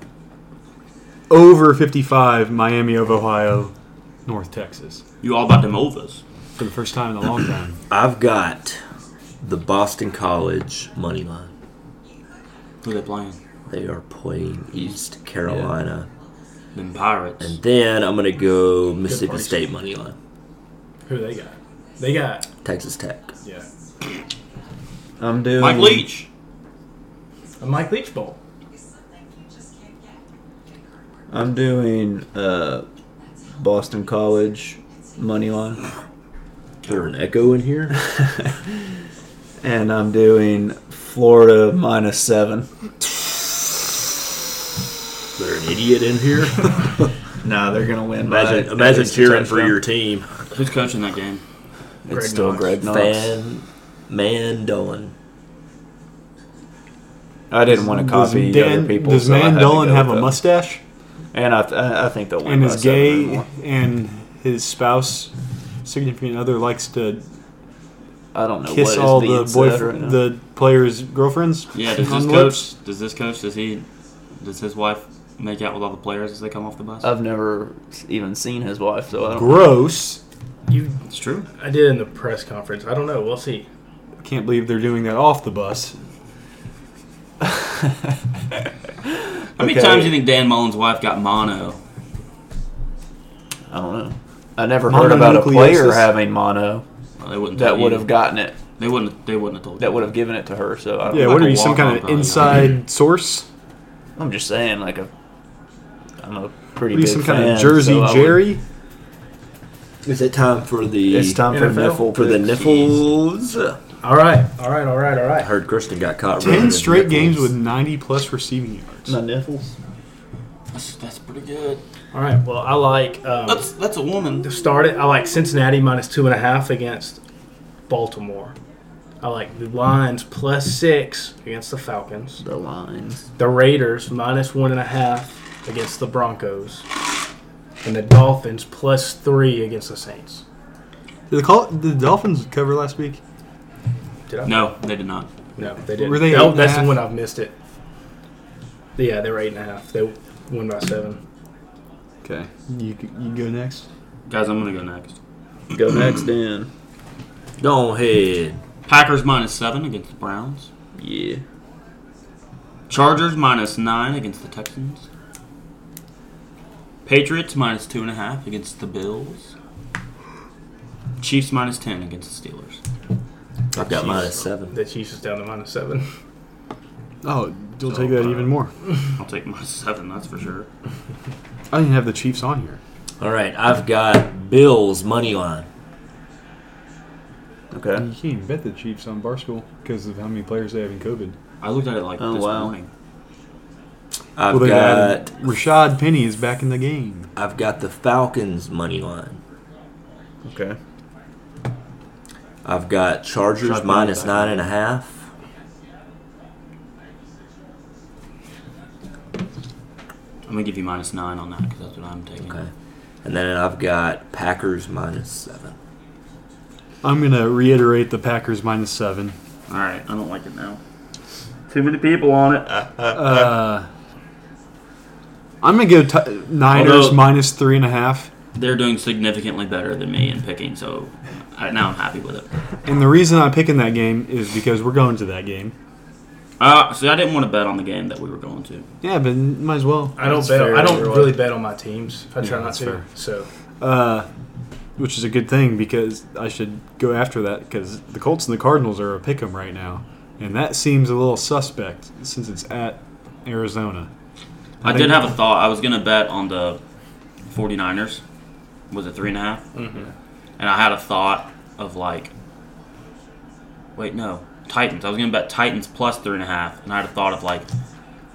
Speaker 1: over 55 Miami of Ohio, North Texas
Speaker 4: You all about them Ovas.
Speaker 1: for the first time in a long time.
Speaker 6: I've got the Boston College money line.
Speaker 4: Who they playing?
Speaker 6: They are playing East Carolina,
Speaker 4: Them Pirates.
Speaker 6: and then I'm gonna go Mississippi
Speaker 2: price.
Speaker 6: State money line,
Speaker 2: Who they got? They got
Speaker 6: Texas Tech.
Speaker 2: yeah.
Speaker 3: I'm doing
Speaker 4: Mike Leach.
Speaker 2: A Mike Leach Bowl.
Speaker 3: I'm doing uh, Boston College money line,
Speaker 6: Is there an echo in here?
Speaker 3: and I'm doing Florida minus seven.
Speaker 6: Is there an idiot in here?
Speaker 3: Nah, they're gonna win. by
Speaker 6: imagine
Speaker 3: at
Speaker 6: imagine
Speaker 3: least a
Speaker 6: cheering for
Speaker 3: touchdown.
Speaker 6: your team.
Speaker 4: Who's coaching that game?
Speaker 3: It's
Speaker 2: Greg
Speaker 3: still
Speaker 2: Knox.
Speaker 3: Greg Knox.
Speaker 6: Fan Mandolan.
Speaker 3: I didn't want to copy
Speaker 1: does
Speaker 3: other
Speaker 1: Dan,
Speaker 3: people.
Speaker 1: does
Speaker 3: so I had to
Speaker 1: Mandolan
Speaker 3: go
Speaker 1: have
Speaker 3: with
Speaker 1: a
Speaker 3: them.
Speaker 1: mustache
Speaker 3: And I, th- I I think they'll win.
Speaker 1: and
Speaker 3: by
Speaker 1: is
Speaker 3: seven or
Speaker 1: gay
Speaker 3: more.
Speaker 1: and his spouse, significant other, likes to
Speaker 3: I don't know.
Speaker 1: kiss
Speaker 3: what
Speaker 1: all the
Speaker 3: is being
Speaker 1: boy
Speaker 3: said right now.
Speaker 1: the players' girlfriends?
Speaker 4: Yeah, does
Speaker 1: on
Speaker 4: this
Speaker 1: the
Speaker 4: coach
Speaker 1: lips?
Speaker 4: does this coach does he does his wife make out with all the players as they come off the bus?
Speaker 3: I've never even seen his wife, so I don't.
Speaker 1: Gross.
Speaker 2: You,
Speaker 4: it's true.
Speaker 2: I did in the press conference. I don't know. We'll see.
Speaker 1: Can't believe they're doing that off the bus.
Speaker 4: How many
Speaker 3: Okay.
Speaker 4: times do you think Dan Mullen's wife got mono?
Speaker 3: I don't know. I never heard about a player
Speaker 1: Mononucleosis?
Speaker 3: having mono
Speaker 4: Well, they wouldn't.
Speaker 3: that
Speaker 4: tell you.
Speaker 3: would have gotten it.
Speaker 4: They wouldn't. They wouldn't have told.
Speaker 3: That
Speaker 4: you.
Speaker 3: would have given it to her. So I don't,
Speaker 1: Yeah,
Speaker 4: Like
Speaker 1: what
Speaker 4: a
Speaker 1: are you, some
Speaker 4: walk-on
Speaker 1: kind of
Speaker 4: probably, yeah.
Speaker 1: inside source?
Speaker 3: I'm just saying, like a, I'm a pretty
Speaker 1: What are you,
Speaker 3: big
Speaker 1: some kind
Speaker 3: fan,
Speaker 1: of Jersey
Speaker 3: so I would-
Speaker 1: Jerry?
Speaker 6: Is it time for the?
Speaker 3: it's time for
Speaker 2: NFL?
Speaker 3: niffle
Speaker 6: for the
Speaker 3: picks.
Speaker 6: niffles.
Speaker 2: All right. All right. All right. All
Speaker 6: I
Speaker 2: right.
Speaker 6: heard Kristen got caught. running
Speaker 1: Ten
Speaker 6: in
Speaker 1: straight games
Speaker 6: niffles.
Speaker 1: with ninety plus receiving yards.
Speaker 3: My niffles.
Speaker 4: That's, that's pretty good.
Speaker 2: All right. Well, I like. Um,
Speaker 4: That's that's a woman.
Speaker 2: to start it, I like Cincinnati minus two and a half against Baltimore. I like the Lions plus six against the Falcons.
Speaker 3: The lines.
Speaker 2: The Raiders minus one and a half against the Broncos. And the Dolphins plus three against the Saints.
Speaker 1: Did the, call, did the Dolphins cover last week?
Speaker 2: Did I?
Speaker 4: No, they did not.
Speaker 2: No, they didn't.
Speaker 1: Were they
Speaker 2: That-
Speaker 1: eight and a
Speaker 2: that's the
Speaker 1: half?
Speaker 2: one I've missed it. Yeah, they were eight and a half. They won by seven.
Speaker 1: Okay, you c- you go next.
Speaker 4: Guys, I'm gonna go next.
Speaker 3: Go next, Dan.
Speaker 6: Go ahead.
Speaker 4: Packers minus seven against the Browns.
Speaker 3: Yeah.
Speaker 4: Chargers minus nine against the Texans. Patriots minus two and a half against the Bills. Chiefs minus ten against the Steelers.
Speaker 6: I've got minus seven.
Speaker 2: The Chiefs is down to minus seven.
Speaker 1: Oh, you'll
Speaker 4: So,
Speaker 1: take that
Speaker 4: uh,
Speaker 1: even more.
Speaker 4: I'll take minus seven, that's for sure.
Speaker 1: I didn't have the Chiefs on here.
Speaker 6: All right, I've got Bills money line.
Speaker 1: You
Speaker 3: Okay.
Speaker 1: can't even bet the Chiefs on bar school because of how many players they have in COVID.
Speaker 4: I looked at it like
Speaker 3: Oh,
Speaker 4: this
Speaker 3: wow.
Speaker 4: morning.
Speaker 6: I've
Speaker 1: they
Speaker 6: got
Speaker 1: got Rashad Penny is back in the game.
Speaker 6: I've got the Falcons money line.
Speaker 3: Okay.
Speaker 6: I've got Chargers
Speaker 1: Shot
Speaker 6: minus
Speaker 1: down.
Speaker 6: nine and a half.
Speaker 4: I'm gonna give you minus nine on that because that's what I'm taking.
Speaker 6: Okay, and then I've got Packers minus seven.
Speaker 1: I'm gonna reiterate the Packers minus seven.
Speaker 4: All right, I don't like it now. Too many people on it.
Speaker 1: Uh, I'm gonna go t- Niners
Speaker 4: Although-
Speaker 1: minus three and a half.
Speaker 4: They're doing significantly better than me in picking, so I, now I'm happy with it.
Speaker 1: And the reason I'm picking that game is because we're going to that game.
Speaker 4: Uh, see, I didn't want to bet on the game that we were going to.
Speaker 1: Yeah, but might as well.
Speaker 2: I don't
Speaker 3: That's
Speaker 2: bet.
Speaker 3: fair,
Speaker 2: I don't
Speaker 3: you're
Speaker 2: really
Speaker 3: right.
Speaker 2: bet on my teams. I try
Speaker 1: Yeah,
Speaker 2: not
Speaker 1: that's
Speaker 2: to.
Speaker 1: fair.
Speaker 2: So
Speaker 1: Uh, which is a good thing because I should go after that because the Colts and the Cardinals are a pick 'em right now, and that seems a little suspect since it's at Arizona.
Speaker 4: I,
Speaker 1: think-
Speaker 4: did have a thought. I was going to bet on the 49ers. Was it three and a half?
Speaker 2: mm-hmm.
Speaker 4: And I had a thought of like, wait, no, Titans. I was going to bet Titans plus three and a half. And I had a thought of like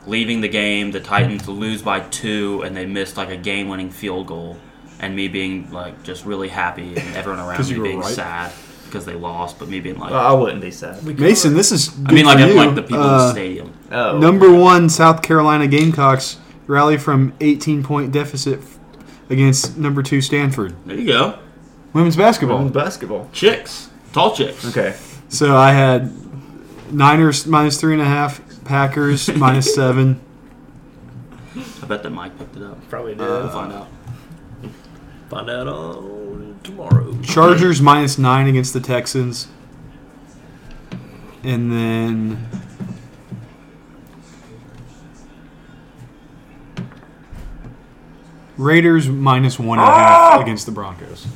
Speaker 4: leaving the game, the Titans lose by two, and they missed like a game winning field goal. And me being like just really happy, and everyone
Speaker 1: 'Cause
Speaker 4: around
Speaker 1: you
Speaker 4: me
Speaker 1: were
Speaker 4: being
Speaker 1: right.
Speaker 4: sad because they lost, but me being like,
Speaker 3: I wouldn't be sad.
Speaker 1: Mason, this is.
Speaker 4: I mean,
Speaker 1: good
Speaker 4: like,
Speaker 1: for
Speaker 4: at,
Speaker 1: you.
Speaker 4: like the people in
Speaker 1: Uh,
Speaker 4: the stadium.
Speaker 3: Oh.
Speaker 1: Number one, South Carolina Gamecocks rally from 18 point deficit f- against number two Stanford
Speaker 4: There you go.
Speaker 1: women's basketball.
Speaker 3: Women's basketball.
Speaker 4: Chicks. Tall chicks.
Speaker 3: Okay.
Speaker 1: So I had Niners minus three and a half, Packers minus seven.
Speaker 4: I bet that Mike picked it up.
Speaker 2: Probably did.
Speaker 1: uh,
Speaker 3: Uh,
Speaker 4: We'll find out.
Speaker 6: Find out on tomorrow.
Speaker 1: Chargers minus nine against the Texans. And then. Raiders minus one and a half against the Broncos.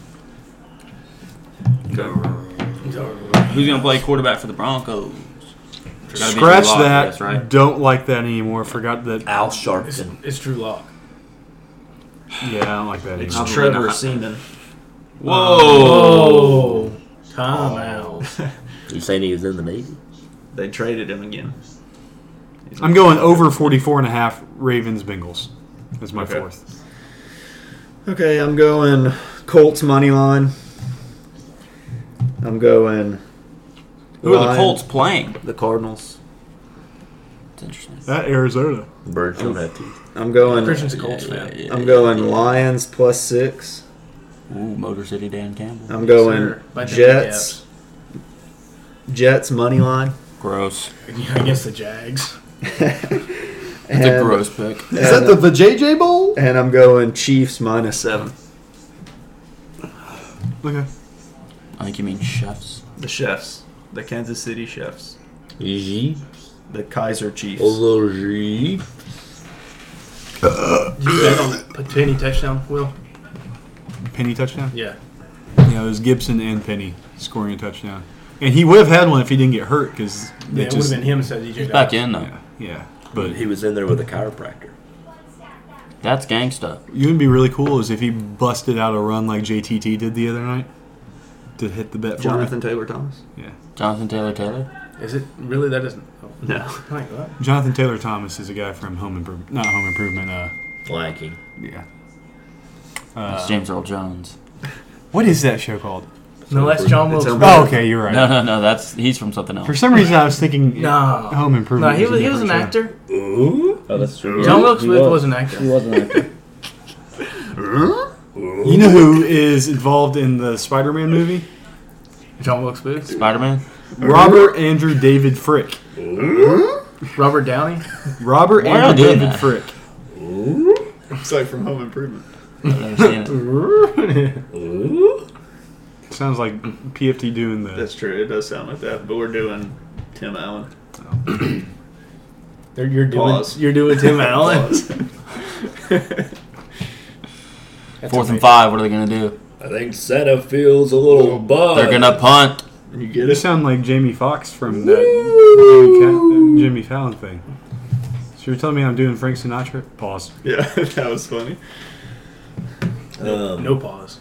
Speaker 4: Who's gonna play quarterback for the Broncos? Gotta be
Speaker 1: Scratch
Speaker 4: Drew Lock,
Speaker 1: that. Mm.
Speaker 4: that's right.
Speaker 1: Don't like that anymore. Forgot that.
Speaker 6: Al
Speaker 2: It's,
Speaker 6: Sharpton.
Speaker 2: it's Drew Lock.
Speaker 1: Yeah, I don't like that anymore.
Speaker 4: Probably
Speaker 3: Trevor
Speaker 4: not.
Speaker 3: Seaman.
Speaker 4: Whoa!
Speaker 2: Oh. Time out.
Speaker 6: You saying he was in the Navy?
Speaker 3: They traded him again. He's
Speaker 1: I'm going over 44 and a half Ravens Bengals as my
Speaker 3: Okay.
Speaker 1: fourth.
Speaker 3: Okay, I'm going Colts money line. I'm going.
Speaker 4: Who are the
Speaker 3: line-
Speaker 4: Colts playing?
Speaker 3: The Cardinals.
Speaker 4: It's interesting.
Speaker 1: That Arizona.
Speaker 6: Birds don't have teeth.
Speaker 3: I'm going.
Speaker 2: Christian's a Colts fan.
Speaker 3: I'm going Lions plus six.
Speaker 4: Ooh, Motor City Dan Campbell.
Speaker 6: Oh.
Speaker 3: I'm going
Speaker 2: Sir, by the
Speaker 3: Jets. Jets money line.
Speaker 4: Gross.
Speaker 2: Jags. Yeah, against the Jags.
Speaker 4: It's
Speaker 3: And-
Speaker 4: a gross pick.
Speaker 1: Is that
Speaker 3: and-
Speaker 1: the, the JJ Bowl?
Speaker 3: And I'm going Chiefs minus seven.
Speaker 1: Okay.
Speaker 4: I think you mean chefs.
Speaker 3: The Chefs. The Kansas City Chefs.
Speaker 6: Jeep.
Speaker 3: The Kaiser Chiefs.
Speaker 6: Little Jeep.
Speaker 2: Did you bet on the Penny touchdown, Will?
Speaker 1: Penny touchdown?
Speaker 2: Yeah.
Speaker 1: Yeah, it was Gibson and Penny scoring a touchdown, and he would have had one if he didn't get hurt because
Speaker 2: Yeah, it would have
Speaker 1: just
Speaker 2: been him instead of DJ.
Speaker 4: He's
Speaker 2: Dallas.
Speaker 4: back in though.
Speaker 1: yeah, yeah. But
Speaker 6: But he was in there with a chiropractor.
Speaker 4: That's gangsta.
Speaker 1: you would be really cool is if he busted out a run like JTT did the other night to hit the bet for
Speaker 3: Jonathan Taylor Thomas.
Speaker 1: Me. Yeah,
Speaker 4: Jonathan Taylor Taylor.
Speaker 2: Is it really that isn't? Oh,
Speaker 3: No.
Speaker 2: thank God.
Speaker 1: Jonathan Taylor Thomas is a guy from Home Improvement, not Home Improvement. Uh,
Speaker 6: Lacking.
Speaker 1: yeah. Uh,
Speaker 4: That's James Earl Jones.
Speaker 1: What is that show called?
Speaker 2: No, that's John Wilkes.
Speaker 3: It's
Speaker 1: Oh, okay, you're right.
Speaker 4: No, no, no. That's he's from something
Speaker 1: For
Speaker 4: else.
Speaker 1: some reason, I was thinking
Speaker 2: No.
Speaker 1: Home Improvement.
Speaker 2: No, he was,
Speaker 1: a
Speaker 2: he was an
Speaker 1: different show.
Speaker 2: actor.
Speaker 6: Ooh. Oh, that's true.
Speaker 2: John Wilkes Booth was an actor.
Speaker 6: was an actor.
Speaker 1: You know who is involved in the Spider-Man movie?
Speaker 2: John Wilkes Booth.
Speaker 4: Spider Man.
Speaker 1: Robert Andrew David Frick.
Speaker 2: Robert Downey.
Speaker 1: Robert
Speaker 4: Why are you
Speaker 1: Andrew
Speaker 4: doing
Speaker 1: David
Speaker 4: that?
Speaker 1: Frick.
Speaker 3: It's like from Home Improvement.
Speaker 4: I've never seen it.
Speaker 1: Sounds like PFT doing the.
Speaker 3: That's true. It does sound like that. But we're doing Tim Allen.
Speaker 2: They're- You're doing.
Speaker 3: Pause.
Speaker 2: You're doing Tim Allen.
Speaker 3: Pause.
Speaker 2: That's
Speaker 4: Fourth and
Speaker 2: amazing.
Speaker 4: five. What are they gonna do?
Speaker 6: I think Santa feels a little bug.
Speaker 4: They're gonna punt.
Speaker 3: you get
Speaker 1: You
Speaker 3: it?
Speaker 1: sound like Jamie Foxx from that Jimmy, Fa- Jimmy Fallon thing. So you're telling me I'm doing Frank Sinatra? Pause.
Speaker 3: Yeah, that was funny.
Speaker 6: Um,
Speaker 2: No pause.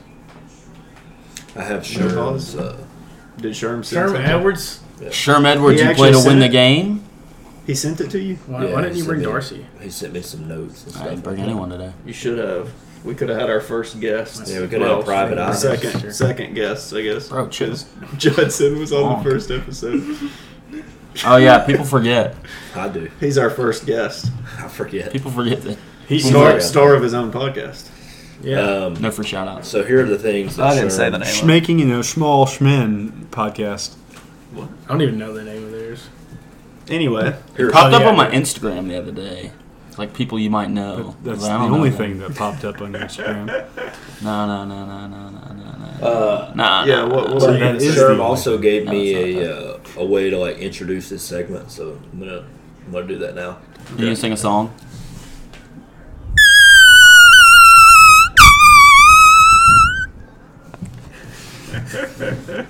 Speaker 6: I have
Speaker 3: pause.
Speaker 6: Sherman's. Uh,
Speaker 3: Did Sherm send
Speaker 2: Sherman
Speaker 3: something?
Speaker 2: Edwards.
Speaker 4: Sherm Edwards,
Speaker 3: He
Speaker 4: you
Speaker 3: actually
Speaker 4: play to
Speaker 3: said
Speaker 4: win the
Speaker 3: it.
Speaker 4: game.
Speaker 3: He sent it to you?
Speaker 2: Why,
Speaker 6: yeah,
Speaker 2: why didn't
Speaker 6: he
Speaker 2: you bring
Speaker 6: sent me-
Speaker 2: Darcy?
Speaker 6: He sent me some notes and stuff.
Speaker 4: I didn't bring
Speaker 6: like that.
Speaker 4: anyone today.
Speaker 3: You should have. We could have had our first guest.
Speaker 6: Yeah, we could have had a private eye.
Speaker 3: Second, second guest, I guess.
Speaker 4: Bro, chill.
Speaker 3: Because Judson was on
Speaker 4: Bonk.
Speaker 3: the first episode.
Speaker 4: Oh yeah, people forget.
Speaker 6: I do.
Speaker 3: He's our first guest.
Speaker 6: I forget.
Speaker 4: People forget that.
Speaker 3: He's
Speaker 6: Yeah.
Speaker 3: star, star of his own podcast.
Speaker 2: Yeah.
Speaker 6: Um,
Speaker 4: No free shout outs.
Speaker 6: so here are the things. That Sherm-
Speaker 1: Schmaking, you know, Schmall Schmin podcast.
Speaker 2: I don't even know the name of theirs.
Speaker 3: Anyway,
Speaker 6: Here,
Speaker 4: Popped
Speaker 2: Oh,
Speaker 4: up
Speaker 2: yeah.
Speaker 4: on my Instagram the other day. It's Like people you might know.
Speaker 1: That's
Speaker 4: but Oh, I
Speaker 1: the
Speaker 4: don't
Speaker 1: only
Speaker 4: know them.
Speaker 1: thing that popped up on Instagram.
Speaker 4: No, no, no, no, no, no, no, no.
Speaker 6: Uh,
Speaker 4: Nah.
Speaker 3: yeah,
Speaker 4: nah,
Speaker 3: what-
Speaker 4: nah.
Speaker 3: what-
Speaker 1: So
Speaker 6: But
Speaker 1: that is
Speaker 6: Sherm
Speaker 1: the-
Speaker 6: also gave
Speaker 4: No,
Speaker 6: me
Speaker 4: it's
Speaker 6: a uh, a way to like introduce this segment, so I'm gonna I'm gonna do that now.
Speaker 4: You can sing a song. All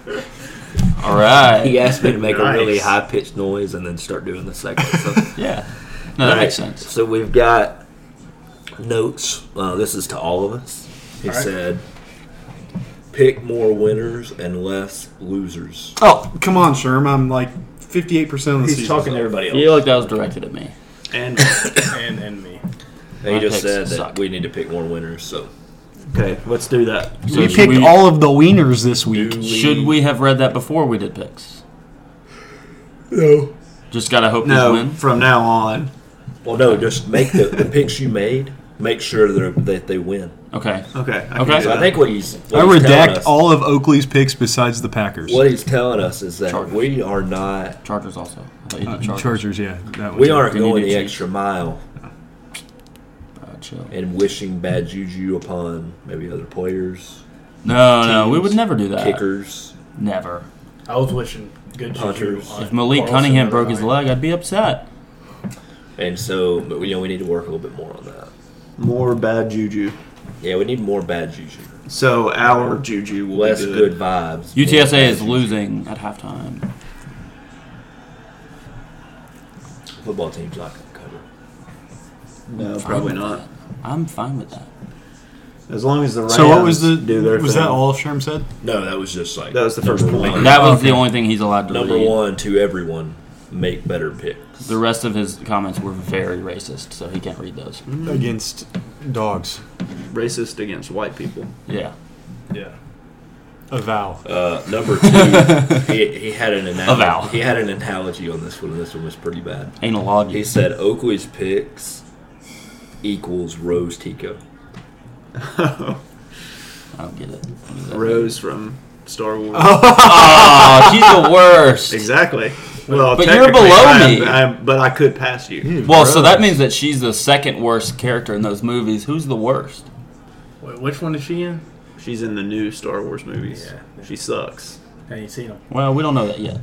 Speaker 6: He
Speaker 4: right.
Speaker 6: asked me to make
Speaker 3: Nice.
Speaker 6: a really high pitched noise and then start doing the segment. So,
Speaker 4: Yeah. No, that makes sense.
Speaker 6: so we've got notes. Uh, this is to all of us. He
Speaker 2: All right.
Speaker 6: said, "Pick more winners and less losers."
Speaker 1: Oh, come on, Sherm. I'm like 58% of the
Speaker 3: he's
Speaker 1: season.
Speaker 3: talking to everybody
Speaker 4: I
Speaker 3: else.
Speaker 4: feel like that was directed at me.
Speaker 3: And
Speaker 2: and and me.
Speaker 6: And
Speaker 4: My
Speaker 6: he just
Speaker 4: picks
Speaker 6: said that
Speaker 4: suck.
Speaker 6: we need to pick more winners. So
Speaker 3: okay, let's do that.
Speaker 4: So
Speaker 1: We
Speaker 4: should
Speaker 1: picked
Speaker 4: we-
Speaker 1: all of the wieners this week.
Speaker 6: do
Speaker 4: Should we have read that before we did picks?
Speaker 6: No.
Speaker 4: Just gotta hope
Speaker 3: No,
Speaker 4: we win.
Speaker 3: from now on,
Speaker 6: Well, no. Just make the, the picks you made. Make sure that that they win.
Speaker 4: Okay.
Speaker 3: Okay. I Can
Speaker 4: Okay.
Speaker 3: do
Speaker 6: So I
Speaker 3: that.
Speaker 6: think what he's what
Speaker 1: I
Speaker 6: he's telling
Speaker 1: redact
Speaker 6: us-
Speaker 1: all of Oakley's picks besides the Packers.
Speaker 6: What he's telling us is that
Speaker 4: Chargers.
Speaker 6: we are not
Speaker 4: Chargers also. I thought you
Speaker 1: Uh,
Speaker 4: did
Speaker 1: Chargers.
Speaker 4: Chargers.
Speaker 1: yeah. That one.
Speaker 6: we aren't
Speaker 4: Do you need
Speaker 6: going
Speaker 4: to
Speaker 6: the
Speaker 4: change?
Speaker 6: extra mile
Speaker 4: Uh, chill.
Speaker 6: and wishing bad juju upon maybe other players,
Speaker 4: No, no, we
Speaker 6: Teams,
Speaker 4: would never do that.
Speaker 6: Uh, kickers.
Speaker 4: Never.
Speaker 2: I was wishing good
Speaker 3: Oh,
Speaker 2: juju.
Speaker 6: Hunters.
Speaker 2: on
Speaker 4: If Malik
Speaker 2: Carlson
Speaker 4: Cunningham
Speaker 2: the
Speaker 4: broke
Speaker 2: other
Speaker 4: his
Speaker 2: night.
Speaker 4: leg, I'd be upset.
Speaker 6: And so, but we, you know, we need to work a little bit more on that.
Speaker 3: more bad juju.
Speaker 6: Yeah, we need more bad juju,
Speaker 3: So our juju will
Speaker 6: less
Speaker 3: be
Speaker 6: good
Speaker 3: good.
Speaker 6: vibes. more
Speaker 4: UTSA
Speaker 6: bad
Speaker 4: is
Speaker 6: juju.
Speaker 4: losing at halftime.
Speaker 6: Football team's not going to cover.
Speaker 3: No, probably not.
Speaker 4: I'm fine with that.
Speaker 3: As long as the Rams
Speaker 1: So what was the?
Speaker 3: do their
Speaker 1: was
Speaker 3: thing.
Speaker 1: that all Sherm said?
Speaker 6: No, that was just like
Speaker 3: That was the first
Speaker 6: number
Speaker 3: point.
Speaker 6: one.
Speaker 4: That was
Speaker 1: Okay.
Speaker 4: the only thing he's allowed to
Speaker 6: number
Speaker 4: lead.
Speaker 6: one to everyone. Make better picks.
Speaker 4: The rest of his comments were very racist, so he can't read those.
Speaker 1: Mm-hmm. Against dogs.
Speaker 3: racist against white people.
Speaker 4: Yeah.
Speaker 2: Yeah.
Speaker 1: A vow.
Speaker 6: Uh, number two, he, he had an
Speaker 4: Avow.
Speaker 6: analogy. He had an analogy on this one, and this one was pretty bad. He
Speaker 4: Analogy.
Speaker 6: said Oakley's picks equals Rose Tico.
Speaker 4: I don't get it. What is that?
Speaker 3: Rose from Star Wars.
Speaker 4: Oh. Aw, Ah, she's the worst.
Speaker 3: Exactly. Well,
Speaker 4: But you're
Speaker 3: technically,
Speaker 4: below
Speaker 3: I am-
Speaker 4: me.
Speaker 3: I am- but I could pass you.
Speaker 4: Well, so that means that she's the second worst character in those movies. Who's the worst?
Speaker 2: Wait, which one is she in?
Speaker 3: She's in the new Star Wars movies.
Speaker 2: Yeah.
Speaker 3: She sucks.
Speaker 2: I ain't seen them.
Speaker 4: Well, we don't know that yet.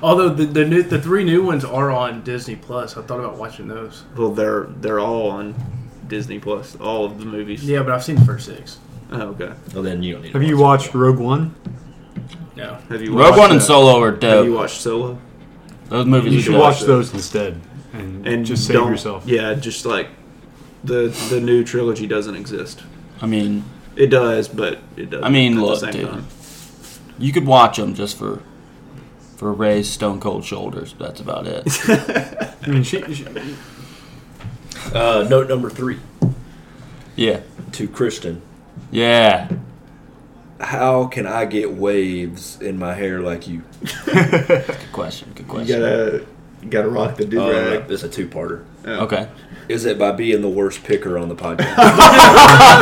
Speaker 2: Although the the, new, the three new ones are on Disney Plus. I thought about watching those.
Speaker 3: Well, they're they're all on Disney Plus. All of the movies.
Speaker 2: Yeah, but I've seen the first six.
Speaker 3: Oh, okay.
Speaker 6: Well, then you don't need. to
Speaker 1: Have you
Speaker 6: watch
Speaker 1: watched Rogue One?
Speaker 2: No.
Speaker 3: Have you
Speaker 4: Rogue
Speaker 3: watched,
Speaker 4: One and
Speaker 3: uh,
Speaker 4: Solo are
Speaker 3: Have you
Speaker 4: dope.
Speaker 3: watched Solo?
Speaker 4: Those movies
Speaker 1: You
Speaker 4: are
Speaker 1: should
Speaker 4: dope.
Speaker 1: watch those instead, and,
Speaker 3: And
Speaker 1: just save
Speaker 3: don't-
Speaker 1: yourself.
Speaker 3: Yeah, just like the the new trilogy doesn't exist.
Speaker 4: I mean,
Speaker 3: It does, but it doesn't.
Speaker 4: I mean,
Speaker 3: at the
Speaker 4: look,
Speaker 3: same
Speaker 4: dude.
Speaker 3: time.
Speaker 4: you could watch them just for for Ray's stone cold shoulders. That's about it.
Speaker 1: I mean, she, she,
Speaker 6: it. Uh, note number three
Speaker 4: Yeah.
Speaker 6: to Kristen.
Speaker 4: Yeah.
Speaker 6: How can I get waves in my hair like you?
Speaker 4: Good question. Good
Speaker 3: You
Speaker 4: question.
Speaker 3: gotta you gotta rock the do
Speaker 6: Uh,
Speaker 3: rag.
Speaker 6: it's a two-parter.
Speaker 4: Oh, Okay.
Speaker 6: Is it by being the worst picker on the podcast?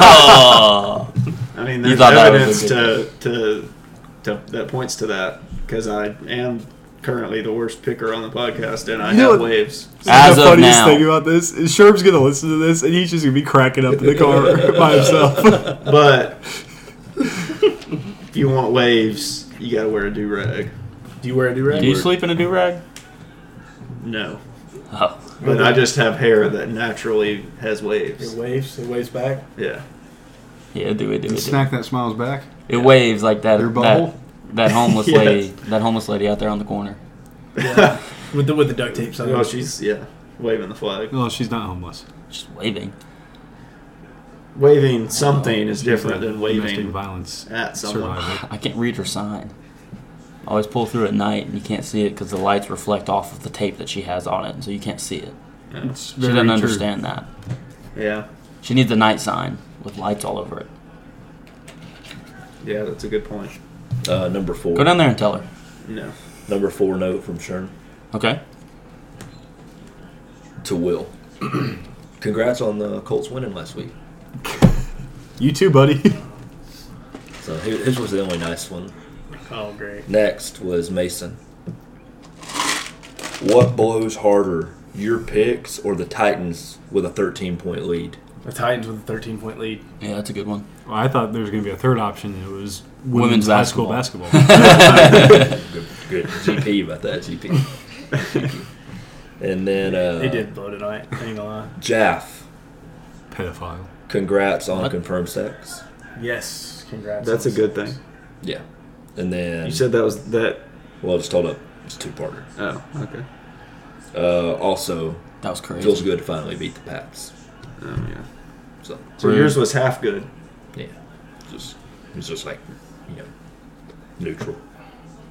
Speaker 4: Oh.
Speaker 3: I mean,
Speaker 4: You
Speaker 3: there's
Speaker 4: thought that
Speaker 3: evidence
Speaker 4: was a
Speaker 3: to, to, to that points to that because I am currently the worst picker on the podcast, and I
Speaker 1: You know
Speaker 3: have
Speaker 1: what-
Speaker 3: waves.
Speaker 4: As
Speaker 1: the
Speaker 4: of
Speaker 1: funniest
Speaker 4: now.
Speaker 1: thing about this is Sherm's gonna listen to this, and he's just gonna be cracking up in the car by himself.
Speaker 3: But if you want waves, you gotta wear a do rag.
Speaker 2: Do you wear a do rag?
Speaker 4: Do you sleep in a do rag?
Speaker 3: No,
Speaker 4: Oh.
Speaker 3: but I just have hair that naturally has
Speaker 2: It
Speaker 3: waves.
Speaker 2: waves. It waves back.
Speaker 3: Yeah,
Speaker 4: Yeah. Do it. Do it. Do it.
Speaker 1: Snack that smiles back.
Speaker 4: It waves like that.
Speaker 1: Your
Speaker 4: That,
Speaker 1: butthole?
Speaker 4: that homeless
Speaker 3: Yes.
Speaker 4: lady. That homeless lady out there on the corner.
Speaker 2: Yeah. with the with the duct tape. So
Speaker 3: oh, she's yeah waving the flag.
Speaker 1: No, she's not homeless.
Speaker 4: Just waving.
Speaker 3: Waving something is different
Speaker 1: She's a
Speaker 3: than
Speaker 1: domestic
Speaker 3: waving
Speaker 1: violence
Speaker 3: at someone.
Speaker 1: survivor.
Speaker 4: I can't read her sign. I always pull through at night, and you can't see it because the lights reflect off of the tape that she has on it, and so you can't see it.
Speaker 1: It's
Speaker 4: She
Speaker 1: very
Speaker 4: doesn't
Speaker 1: true.
Speaker 4: understand that.
Speaker 3: Yeah,
Speaker 4: She needs a night sign with lights all over it.
Speaker 3: yeah, that's a good point.
Speaker 6: uh, number four.
Speaker 4: Go down there and tell her.
Speaker 3: No,
Speaker 6: Number four note from Sherm
Speaker 4: Okay.
Speaker 6: to Will. Congrats on the Colts winning last week.
Speaker 1: You too, buddy.
Speaker 6: So his his was the only nice one.
Speaker 2: oh great.
Speaker 6: Next was Mason. What blows harder, your picks or the Titans with a 13 point lead?
Speaker 2: The Titans with a 13 point lead.
Speaker 4: Yeah, that's a good one.
Speaker 1: Well, I thought there was gonna be a third option. It was women's,
Speaker 4: Women's
Speaker 1: high school
Speaker 4: basketball.
Speaker 1: basketball.
Speaker 6: Good, good GP about that, GP. and then uh,
Speaker 2: They did blow tonight. I ain't gonna lie.
Speaker 6: Jaff.
Speaker 1: Pedophile.
Speaker 6: Congrats on
Speaker 4: What?
Speaker 6: confirmed sex.
Speaker 2: Yes. Congrats.
Speaker 3: that's a
Speaker 2: on
Speaker 3: good
Speaker 2: this.
Speaker 3: thing.
Speaker 6: Yeah. And then
Speaker 3: You said that was that.
Speaker 6: well, I just told up. It's two parter.
Speaker 3: Oh, okay.
Speaker 6: Uh, also,
Speaker 4: That was crazy.
Speaker 6: feels good to finally beat the Pats.
Speaker 3: Oh yeah.
Speaker 6: So
Speaker 3: So yours was half good.
Speaker 6: yeah, just it's just like you know neutral.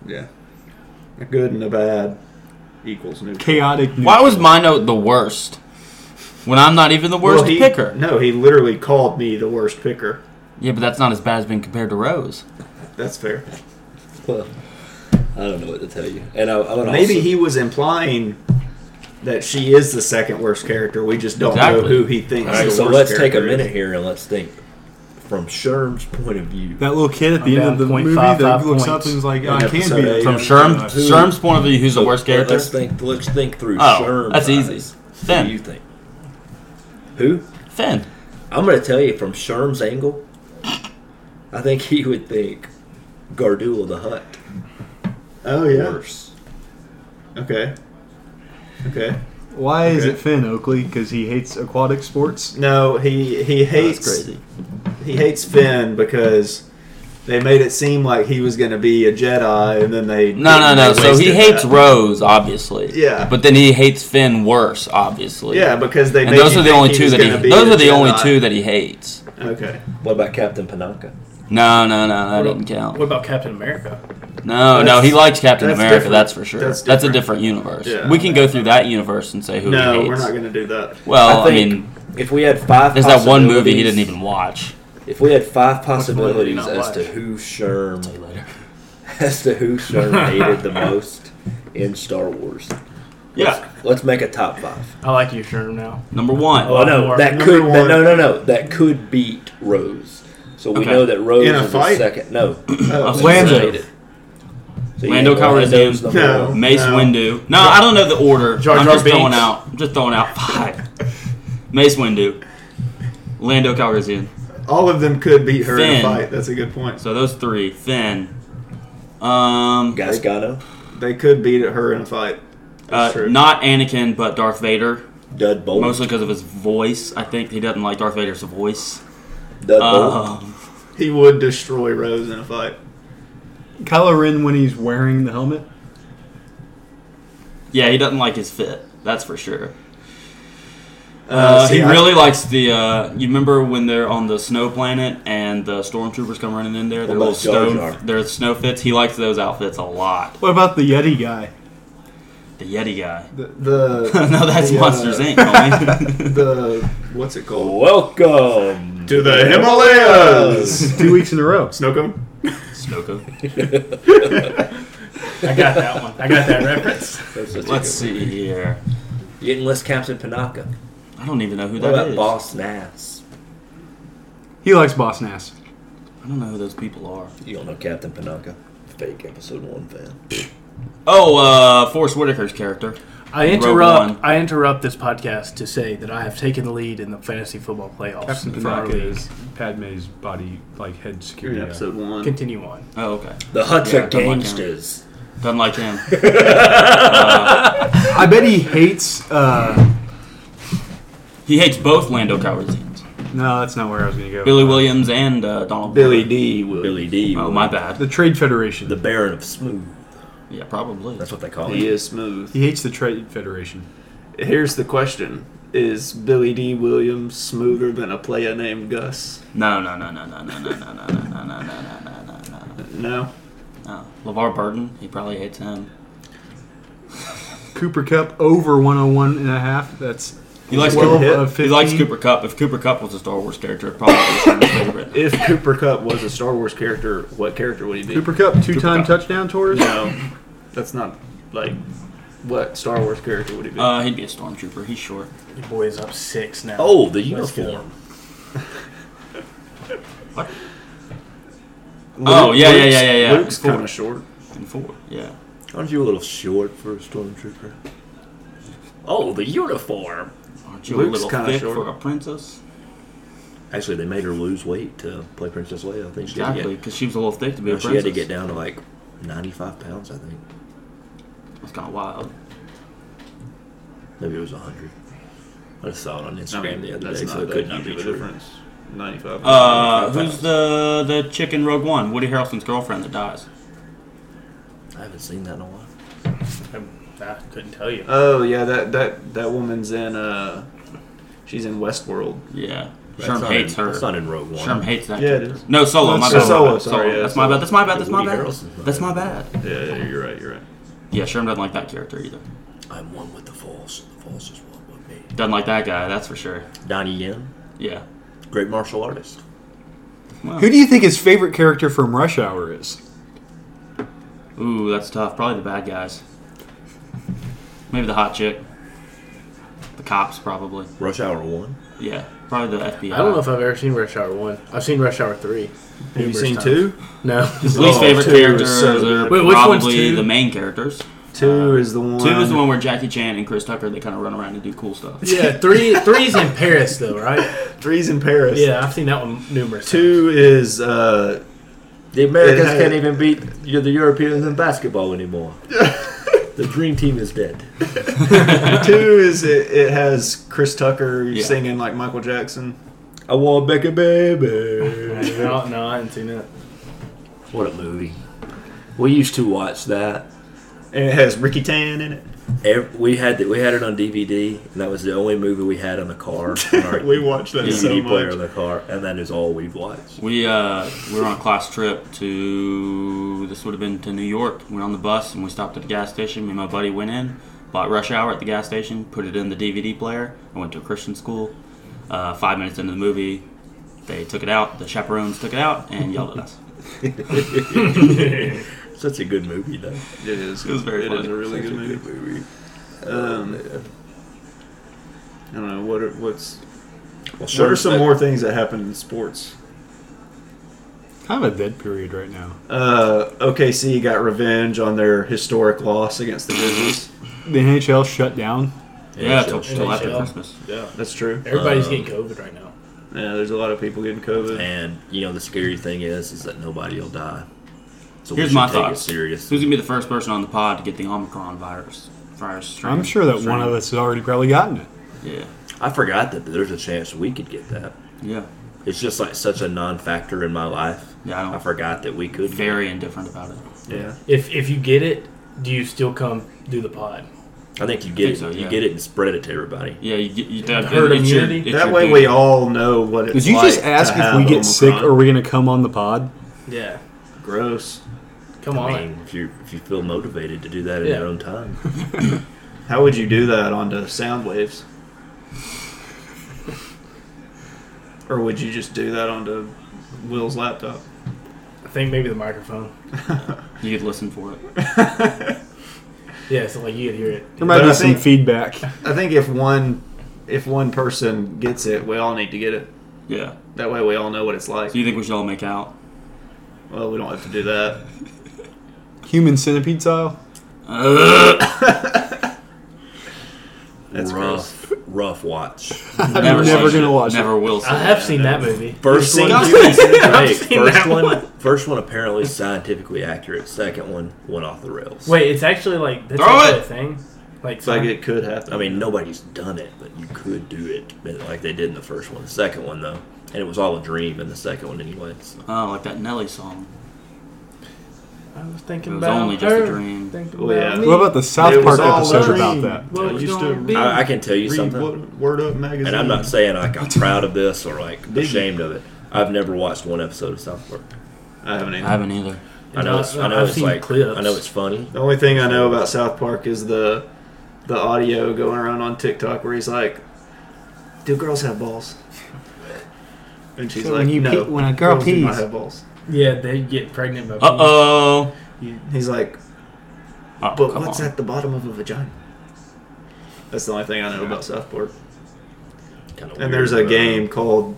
Speaker 3: Yeah. A good and a bad equals neutral.
Speaker 1: Chaotic.
Speaker 4: Why was my note the worst? When I'm not even the worst
Speaker 3: Well, he-
Speaker 4: picker.
Speaker 3: No, he literally called me the worst picker.
Speaker 4: Yeah, but that's not as bad as being compared to Rose.
Speaker 3: That's fair.
Speaker 6: Well, I don't know what to tell you. And I, I would
Speaker 3: Maybe
Speaker 6: also-
Speaker 3: he was implying that she is the second worst character. We just don't know
Speaker 4: Exactly.
Speaker 3: who he thinks.
Speaker 6: All right,
Speaker 3: the
Speaker 6: so
Speaker 3: worst
Speaker 6: let's take a
Speaker 3: character is.
Speaker 6: minute here and let's think from Sherm's point of view.
Speaker 1: That little kid at the
Speaker 2: I'm
Speaker 1: end of the
Speaker 2: down
Speaker 1: movie
Speaker 2: 0.55
Speaker 1: that looks up
Speaker 2: points
Speaker 1: and is like,
Speaker 3: in
Speaker 1: oh, I can't
Speaker 3: episode
Speaker 1: be
Speaker 3: eight.
Speaker 4: From Sherm, Sherm's point of view, who's the worst character?
Speaker 6: Let's think. Let's think through.
Speaker 4: Oh,
Speaker 6: Sherm's
Speaker 4: that's easy.
Speaker 6: eyes. Who
Speaker 4: Finn.
Speaker 6: do you think? Who?
Speaker 4: Finn.
Speaker 6: I'm going to tell you from Sherm's angle. I think he would think Gardula the Hut
Speaker 3: Oh yeah.
Speaker 6: worse.
Speaker 3: Okay. Okay.
Speaker 1: Why is
Speaker 3: Okay.
Speaker 1: it Finn Oakley? Because he hates aquatic sports.
Speaker 3: No, he he hates
Speaker 6: That's crazy.
Speaker 3: he hates Finn because they made it seem like he was going to be a Jedi, and then they
Speaker 4: No, no, no.
Speaker 3: they
Speaker 4: So he
Speaker 3: wasted
Speaker 4: hates
Speaker 3: that.
Speaker 4: Rose, obviously.
Speaker 3: Yeah.
Speaker 4: But then he hates Finn worse, obviously.
Speaker 3: Yeah, because they
Speaker 4: And
Speaker 3: made
Speaker 4: those
Speaker 3: you
Speaker 4: are the
Speaker 3: think
Speaker 4: only
Speaker 3: he
Speaker 4: two
Speaker 3: was
Speaker 4: that he.
Speaker 3: gonna be
Speaker 4: Those
Speaker 3: a
Speaker 4: are the only
Speaker 3: Jedi.
Speaker 4: two that he hates.
Speaker 3: Okay.
Speaker 6: What about Captain Panaka?
Speaker 4: No, no, no. That didn't count.
Speaker 2: What about Captain America?
Speaker 4: No, no. He
Speaker 3: That's-
Speaker 4: likes Captain
Speaker 3: that's
Speaker 4: America.
Speaker 3: different.
Speaker 4: That's for sure.
Speaker 3: That's
Speaker 4: That's, a
Speaker 3: different.
Speaker 4: different universe.
Speaker 3: Yeah.
Speaker 4: We can go through that universe and say who he
Speaker 3: No,
Speaker 4: hates.
Speaker 3: we're not going to do that.
Speaker 4: Well, I,
Speaker 6: I think-
Speaker 4: mean,
Speaker 6: If we had five,
Speaker 4: there's that one movie he
Speaker 6: possibilities-
Speaker 4: didn't even watch.
Speaker 6: If we had five
Speaker 2: one did he
Speaker 6: possibilities
Speaker 2: not
Speaker 6: as
Speaker 2: watch?
Speaker 6: to who Sherm as to who Sherm hated the most in Star Wars,
Speaker 4: Yeah.
Speaker 6: let's make a top five.
Speaker 2: I like you, Sherm. Now
Speaker 4: Number one.
Speaker 2: Oh,
Speaker 6: Oh no,
Speaker 2: Lord.
Speaker 6: that
Speaker 3: Number
Speaker 6: could
Speaker 3: one.
Speaker 6: no no no that could beat Rose. So we
Speaker 4: Okay.
Speaker 6: know that Rose
Speaker 3: In a
Speaker 6: is the
Speaker 3: fight?
Speaker 6: second. No,
Speaker 3: Oh,
Speaker 4: was
Speaker 1: Lando.
Speaker 6: Hated. So you
Speaker 4: Lando
Speaker 6: had
Speaker 4: Calrissian.
Speaker 6: number
Speaker 3: No.
Speaker 6: one.
Speaker 4: Mace
Speaker 3: Oh, No.
Speaker 4: Windu. No, I don't know the order.
Speaker 2: Jar
Speaker 4: I'm
Speaker 2: Jar
Speaker 4: just throwing
Speaker 2: Binks.
Speaker 4: out. I'm just throwing out five. Mace Windu. Lando Calrissian.
Speaker 3: all of them could beat her in a
Speaker 4: Finn.
Speaker 3: fight. That's a good point.
Speaker 4: So those three. Finn. Um.
Speaker 6: Gascano,
Speaker 3: They could beat her in a fight.
Speaker 4: Uh,
Speaker 3: That's true.
Speaker 4: not Anakin, but Darth Vader.
Speaker 6: Dud Bolt,
Speaker 4: Mostly because of his voice. I think he doesn't like Darth Vader's voice.
Speaker 6: Dud Bolt.
Speaker 4: Um,
Speaker 3: he would destroy Rose in a fight.
Speaker 1: Kylo Ren when he's wearing the helmet.
Speaker 4: yeah, he doesn't like his fit. That's for sure.
Speaker 3: Uh,
Speaker 4: Uh,
Speaker 3: see,
Speaker 4: he
Speaker 3: I-
Speaker 4: really likes the. Uh, you remember when they're on the snow planet and the stormtroopers come running in there? Their
Speaker 6: What
Speaker 4: little
Speaker 6: about Jar
Speaker 4: stone,
Speaker 6: Jar?
Speaker 4: their snow fits. He likes those outfits a lot.
Speaker 1: What about the Yeti guy?
Speaker 4: The Yeti guy.
Speaker 3: the, the
Speaker 4: no, that's
Speaker 3: the, uh,
Speaker 4: Monsters Inc. homie.
Speaker 3: The what's it called?
Speaker 6: Welcome
Speaker 3: To the Himalayas.
Speaker 1: Two weeks in a row.
Speaker 3: Snow cone.
Speaker 4: Snoke.
Speaker 2: I got that one. I got that reference.
Speaker 4: Let's see here.
Speaker 6: You didn't list Captain Panaka.
Speaker 4: I don't even know who
Speaker 6: What
Speaker 4: that
Speaker 6: about
Speaker 4: is.
Speaker 6: Boss Nass?
Speaker 1: He likes Boss Nass.
Speaker 4: I don't know who those people are.
Speaker 6: You don't know Captain Panaka. Fake episode one fan.
Speaker 4: Oh, uh, Forrest Whitaker's character.
Speaker 2: I
Speaker 4: Rogue One.
Speaker 2: interrupt. I interrupt this podcast to say that I have taken the lead in the fantasy football playoffs.
Speaker 1: Captain
Speaker 2: for our
Speaker 1: Panaka
Speaker 2: league.
Speaker 1: is Padme's body, like head
Speaker 3: You're in
Speaker 1: security.
Speaker 3: episode one.
Speaker 2: Continue on.
Speaker 4: Oh, okay.
Speaker 6: The Huts
Speaker 4: Yeah,
Speaker 6: are
Speaker 4: don't like him.
Speaker 6: gangsters.
Speaker 4: Doesn't like him.
Speaker 1: I bet he hates. Uh,
Speaker 4: He hates both Lando Calrissians,
Speaker 1: no, that's not where I was gonna go.
Speaker 4: Billy Williams and uh, Donald.
Speaker 3: Billy D. Will.
Speaker 6: Billy D.
Speaker 4: Oh,
Speaker 6: was
Speaker 4: my bad.
Speaker 1: The Trade Federation.
Speaker 6: The Baron of Smooth.
Speaker 4: Yeah, probably.
Speaker 6: That's what they call
Speaker 3: He
Speaker 6: him.
Speaker 3: is smooth.
Speaker 1: he hates the Trade Federation.
Speaker 3: Here's the question: Is Billy D. Williams smoother than a player named Gus?
Speaker 4: No, no, no, no, no, no, no, no, no, no, no, no, no, no, no, no, no.
Speaker 3: No.
Speaker 4: No. LeVar Burton, he probably hates him.
Speaker 1: Cooper Cup over 101 and a half. That's
Speaker 4: He likes
Speaker 1: 12
Speaker 3: Cooper-
Speaker 1: of 15.
Speaker 4: He likes Cooper Cup. If Cooper Cup was a Star Wars character, it'd probably be his favorite.
Speaker 3: If Cooper Cup was a Star Wars character, what character would he be?
Speaker 1: Cooper Cup, two-time
Speaker 4: Cup.
Speaker 1: touchdown tourist.
Speaker 3: No, that's not like what Star Wars character would he be?
Speaker 4: Uh, he'd be a stormtrooper. He's short.
Speaker 2: Your boy is up six now.
Speaker 6: Oh, the
Speaker 2: Let's get him.
Speaker 6: uniform.
Speaker 4: oh, yeah, yeah, yeah, yeah, yeah.
Speaker 3: Luke's
Speaker 4: Four.
Speaker 3: kind of short.
Speaker 4: And four. Yeah.
Speaker 6: Aren't you a little short for a stormtrooper? Oh, the uniform.
Speaker 4: Aren't you
Speaker 3: Luke's
Speaker 4: a little
Speaker 3: kinda
Speaker 4: thick
Speaker 3: short.
Speaker 4: for a princess?
Speaker 6: Actually, they made her lose weight to play Princess Leia. I think she,
Speaker 4: Exactly,
Speaker 6: had, to
Speaker 4: because she was a little thick to
Speaker 6: get,
Speaker 4: be
Speaker 6: no,
Speaker 4: a
Speaker 6: she had
Speaker 4: princess.
Speaker 6: to get down to like 95 pounds, I think.
Speaker 4: That's kind of wild.
Speaker 6: Maybe it was 100. I just saw it on
Speaker 3: I
Speaker 6: Instagram
Speaker 3: mean,
Speaker 6: the other
Speaker 3: that's
Speaker 6: day,
Speaker 3: not
Speaker 6: so it
Speaker 3: that
Speaker 6: could not
Speaker 3: huge
Speaker 6: be
Speaker 3: of a
Speaker 6: true.
Speaker 3: difference. Ninety-five.
Speaker 4: Uh,
Speaker 6: 95
Speaker 4: who's
Speaker 6: pounds.
Speaker 4: the the chick in Rogue One? Woody Harrelson's girlfriend that dies.
Speaker 6: I haven't seen that in a while.
Speaker 2: I'm- I couldn't tell you.
Speaker 3: oh yeah, that that that woman's in. Uh, she's in Westworld.
Speaker 4: Yeah.
Speaker 6: That's
Speaker 4: Sherm
Speaker 6: not
Speaker 4: hates
Speaker 6: in,
Speaker 4: her.
Speaker 6: That's not in Rogue One.
Speaker 4: Sherm hates that.
Speaker 3: Yeah, it
Speaker 4: character.
Speaker 3: is.
Speaker 4: No, Solo. My
Speaker 3: That's
Speaker 4: bad.
Speaker 3: Solo,
Speaker 4: my bad.
Speaker 3: sorry, yeah,
Speaker 4: That's my bad. That's my bad. That's my
Speaker 6: Woody
Speaker 4: bad.
Speaker 6: Harrelson's not
Speaker 4: That's
Speaker 6: in
Speaker 4: my
Speaker 6: it.
Speaker 4: bad.
Speaker 3: Yeah, yeah, you're right. You're right.
Speaker 4: Yeah, Sherm doesn't like that character either.
Speaker 6: I'm one with the Force. and The Force is one with me.
Speaker 4: Doesn't like that guy. That's for sure.
Speaker 6: Donnie Yen,
Speaker 4: Yeah.
Speaker 6: great martial artist.
Speaker 4: Well,
Speaker 1: Who do you think his favorite character from Rush Hour is?
Speaker 4: ooh, that's tough. Probably the bad guys. Maybe the hot chick. The cops, probably.
Speaker 6: Rush Hour One.
Speaker 4: Yeah, probably the FBI.
Speaker 2: I don't know if I've ever seen Rush Hour one. I've seen Rush Hour three.
Speaker 3: Have you
Speaker 2: numerous
Speaker 3: seen
Speaker 2: times.
Speaker 3: two?
Speaker 2: No.
Speaker 4: His least
Speaker 3: Oh,
Speaker 4: favorite
Speaker 3: two
Speaker 4: characters
Speaker 3: is so
Speaker 4: are
Speaker 3: good.
Speaker 2: Wait, which one's
Speaker 4: probably
Speaker 2: two?
Speaker 4: the main characters.
Speaker 3: Two is the one.
Speaker 4: Uh, Two is the one where Jackie Chan and Chris Tucker they kind of run around and do cool stuff.
Speaker 2: Yeah, three three's in Paris though, right?
Speaker 3: Three's in Paris.
Speaker 2: Yeah, I've seen that one numerous.
Speaker 3: Two is uh,
Speaker 6: The Americans
Speaker 3: had-
Speaker 6: can't even beat you know, the Europeans in basketball anymore. the dream team is dead.
Speaker 3: two is it, it has Chris Tucker
Speaker 4: Yeah.
Speaker 3: singing like Michael Jackson.
Speaker 6: I want Becca,
Speaker 2: times.
Speaker 6: baby.
Speaker 2: No, no, I haven't seen that.
Speaker 6: what a movie. We used to watch that.
Speaker 3: And it has Ricky Tan in it.
Speaker 6: Ev- We had we had it on DVD, and that was the only movie we had on the car. on our
Speaker 3: We watched that
Speaker 6: DVD
Speaker 3: so
Speaker 6: player
Speaker 3: much.
Speaker 6: in the car, and that is all we've watched.
Speaker 4: We uh, we were on a class trip to this would have been to New York. Went on the bus and we stopped at a gas station. Me and my buddy went in, bought Rush Hour at the gas station, put it in the DVD player. I went to a Christian school. Uh, five minutes into the movie, they took it out. The chaperones took it out and yelled at us.
Speaker 6: Such a good movie, though.
Speaker 3: It is.
Speaker 4: It was very
Speaker 3: It
Speaker 4: funny.
Speaker 3: is a really
Speaker 6: Such
Speaker 3: good
Speaker 6: a
Speaker 3: movie.
Speaker 6: movie.
Speaker 3: Um, I don't know what are, what's
Speaker 6: Well,
Speaker 3: what are
Speaker 6: Shark-
Speaker 3: some more things that happen in sports.
Speaker 1: Kind of a dead period right now.
Speaker 3: Uh, OKC got revenge on their historic loss against the Grizzlies.
Speaker 1: The NHL shut down.
Speaker 4: Yeah, till,
Speaker 6: Shark-
Speaker 4: till after
Speaker 2: NHL.
Speaker 4: Christmas.
Speaker 2: Yeah.
Speaker 3: That's true.
Speaker 2: Everybody's
Speaker 6: Um,
Speaker 2: getting COVID right now.
Speaker 3: Yeah, there's a lot of people getting COVID.
Speaker 6: And you know the scary thing is, is that nobody will die. So
Speaker 4: Here's
Speaker 6: we should
Speaker 4: my
Speaker 6: take
Speaker 4: thoughts.
Speaker 6: it serious.
Speaker 4: Who's gonna be the first person on the pod to get the Omicron virus? Virus. Strain,
Speaker 1: I'm sure that
Speaker 4: strain.
Speaker 1: one of us has already probably gotten it.
Speaker 4: Yeah.
Speaker 6: I forgot that there's a chance we could get that.
Speaker 4: Yeah.
Speaker 6: It's just like such a non-factor in my life.
Speaker 4: Yeah. I
Speaker 6: I
Speaker 4: don't.
Speaker 6: forgot that we could.
Speaker 4: Very indifferent about it.
Speaker 3: Yeah.
Speaker 2: If if you get it, do you still come do the pod?
Speaker 6: I think you get
Speaker 4: Think so,
Speaker 6: it.
Speaker 4: yeah.
Speaker 6: You get it and spread it to everybody.
Speaker 4: Yeah. You, get- you, that,
Speaker 2: Herd
Speaker 4: it's your-
Speaker 2: immunity?
Speaker 4: it's
Speaker 3: That
Speaker 4: your
Speaker 3: way
Speaker 4: duty.
Speaker 3: we all know what it's
Speaker 1: Did you
Speaker 3: like
Speaker 1: just ask
Speaker 3: to
Speaker 1: if
Speaker 3: have
Speaker 1: we get
Speaker 3: Omicron.
Speaker 1: sick or are we going to come on the pod?
Speaker 2: Yeah.
Speaker 3: gross?
Speaker 2: Come on.
Speaker 6: I mean, if you if you feel motivated to do that in
Speaker 2: Yeah.
Speaker 6: your own time,
Speaker 3: How would you do that onto sound waves? or would you just do that onto Will's laptop?
Speaker 2: I think maybe the microphone.
Speaker 4: You could listen for it.
Speaker 2: Yeah, so like you could hear it.
Speaker 1: There might
Speaker 3: But I
Speaker 1: be some
Speaker 3: think-
Speaker 1: feedback.
Speaker 3: I think if one if one person gets it, we all need to get it.
Speaker 4: Yeah.
Speaker 3: That way, we all know what it's like.
Speaker 4: So you think we should all make out?
Speaker 3: Well, we don't have to do that.
Speaker 1: Human centipede style?
Speaker 4: Ugh.
Speaker 3: That's
Speaker 6: rough, rough watch.
Speaker 1: I'm never,
Speaker 4: watched
Speaker 1: going to
Speaker 4: it.
Speaker 1: watch
Speaker 4: Never will. see
Speaker 2: I
Speaker 4: it.
Speaker 2: have seen that movie.
Speaker 6: First
Speaker 3: You've
Speaker 6: one,
Speaker 3: seen
Speaker 6: hey,
Speaker 2: seen
Speaker 6: first
Speaker 2: that
Speaker 6: one,
Speaker 2: one.
Speaker 6: first one apparently scientifically accurate. Second one went off the rails.
Speaker 2: Wait, it's actually like that's
Speaker 4: Throw
Speaker 2: actually
Speaker 4: it!
Speaker 2: a thing. Like,
Speaker 3: It's like
Speaker 2: some-
Speaker 3: it could happen.
Speaker 6: I mean, nobody's done it, but you could do it, but like they did in the first one. The second one, though, and it was all a dream in the second one, anyway. So.
Speaker 4: Oh, like that Nelly song.
Speaker 2: I was thinking
Speaker 4: It was
Speaker 2: about
Speaker 4: only just a
Speaker 2: her,
Speaker 4: dream.
Speaker 2: thinking
Speaker 3: Well,
Speaker 2: about
Speaker 3: Oh, yeah.
Speaker 2: me.
Speaker 1: What about the South
Speaker 3: It
Speaker 1: Park
Speaker 3: was all
Speaker 1: episode
Speaker 3: a
Speaker 1: about
Speaker 3: dream.
Speaker 1: that?
Speaker 2: What
Speaker 3: I
Speaker 2: was
Speaker 3: used to
Speaker 2: gonna be?
Speaker 6: I, I can tell you
Speaker 3: Read
Speaker 6: something,
Speaker 3: Word, Word Up magazine.
Speaker 6: and I'm not saying like I'm proud of this or like
Speaker 3: Biggie.
Speaker 6: ashamed of it. I've never watched one episode of South Park.
Speaker 3: I haven't
Speaker 4: I
Speaker 3: either.
Speaker 4: haven't either.
Speaker 6: I know it's, I know
Speaker 2: I've
Speaker 6: it's
Speaker 2: seen
Speaker 6: like
Speaker 2: clips.
Speaker 6: I know it's funny.
Speaker 3: The only thing I know about South Park is the the audio going around on TikTok where he's like, "Do girls have balls?" And she's
Speaker 1: So
Speaker 3: like,
Speaker 1: when you
Speaker 3: "No,
Speaker 1: pee- when a girl
Speaker 3: girls do not
Speaker 1: pees."
Speaker 3: have balls."
Speaker 2: Yeah, they get pregnant by
Speaker 4: Uh oh.
Speaker 3: You- He's like,
Speaker 4: Oh,
Speaker 3: "But
Speaker 4: come
Speaker 3: what's
Speaker 4: on.
Speaker 3: at the bottom of a vagina?" That's the only thing I know about South Park.
Speaker 6: Kind of
Speaker 3: And there's a
Speaker 6: uh,
Speaker 3: game called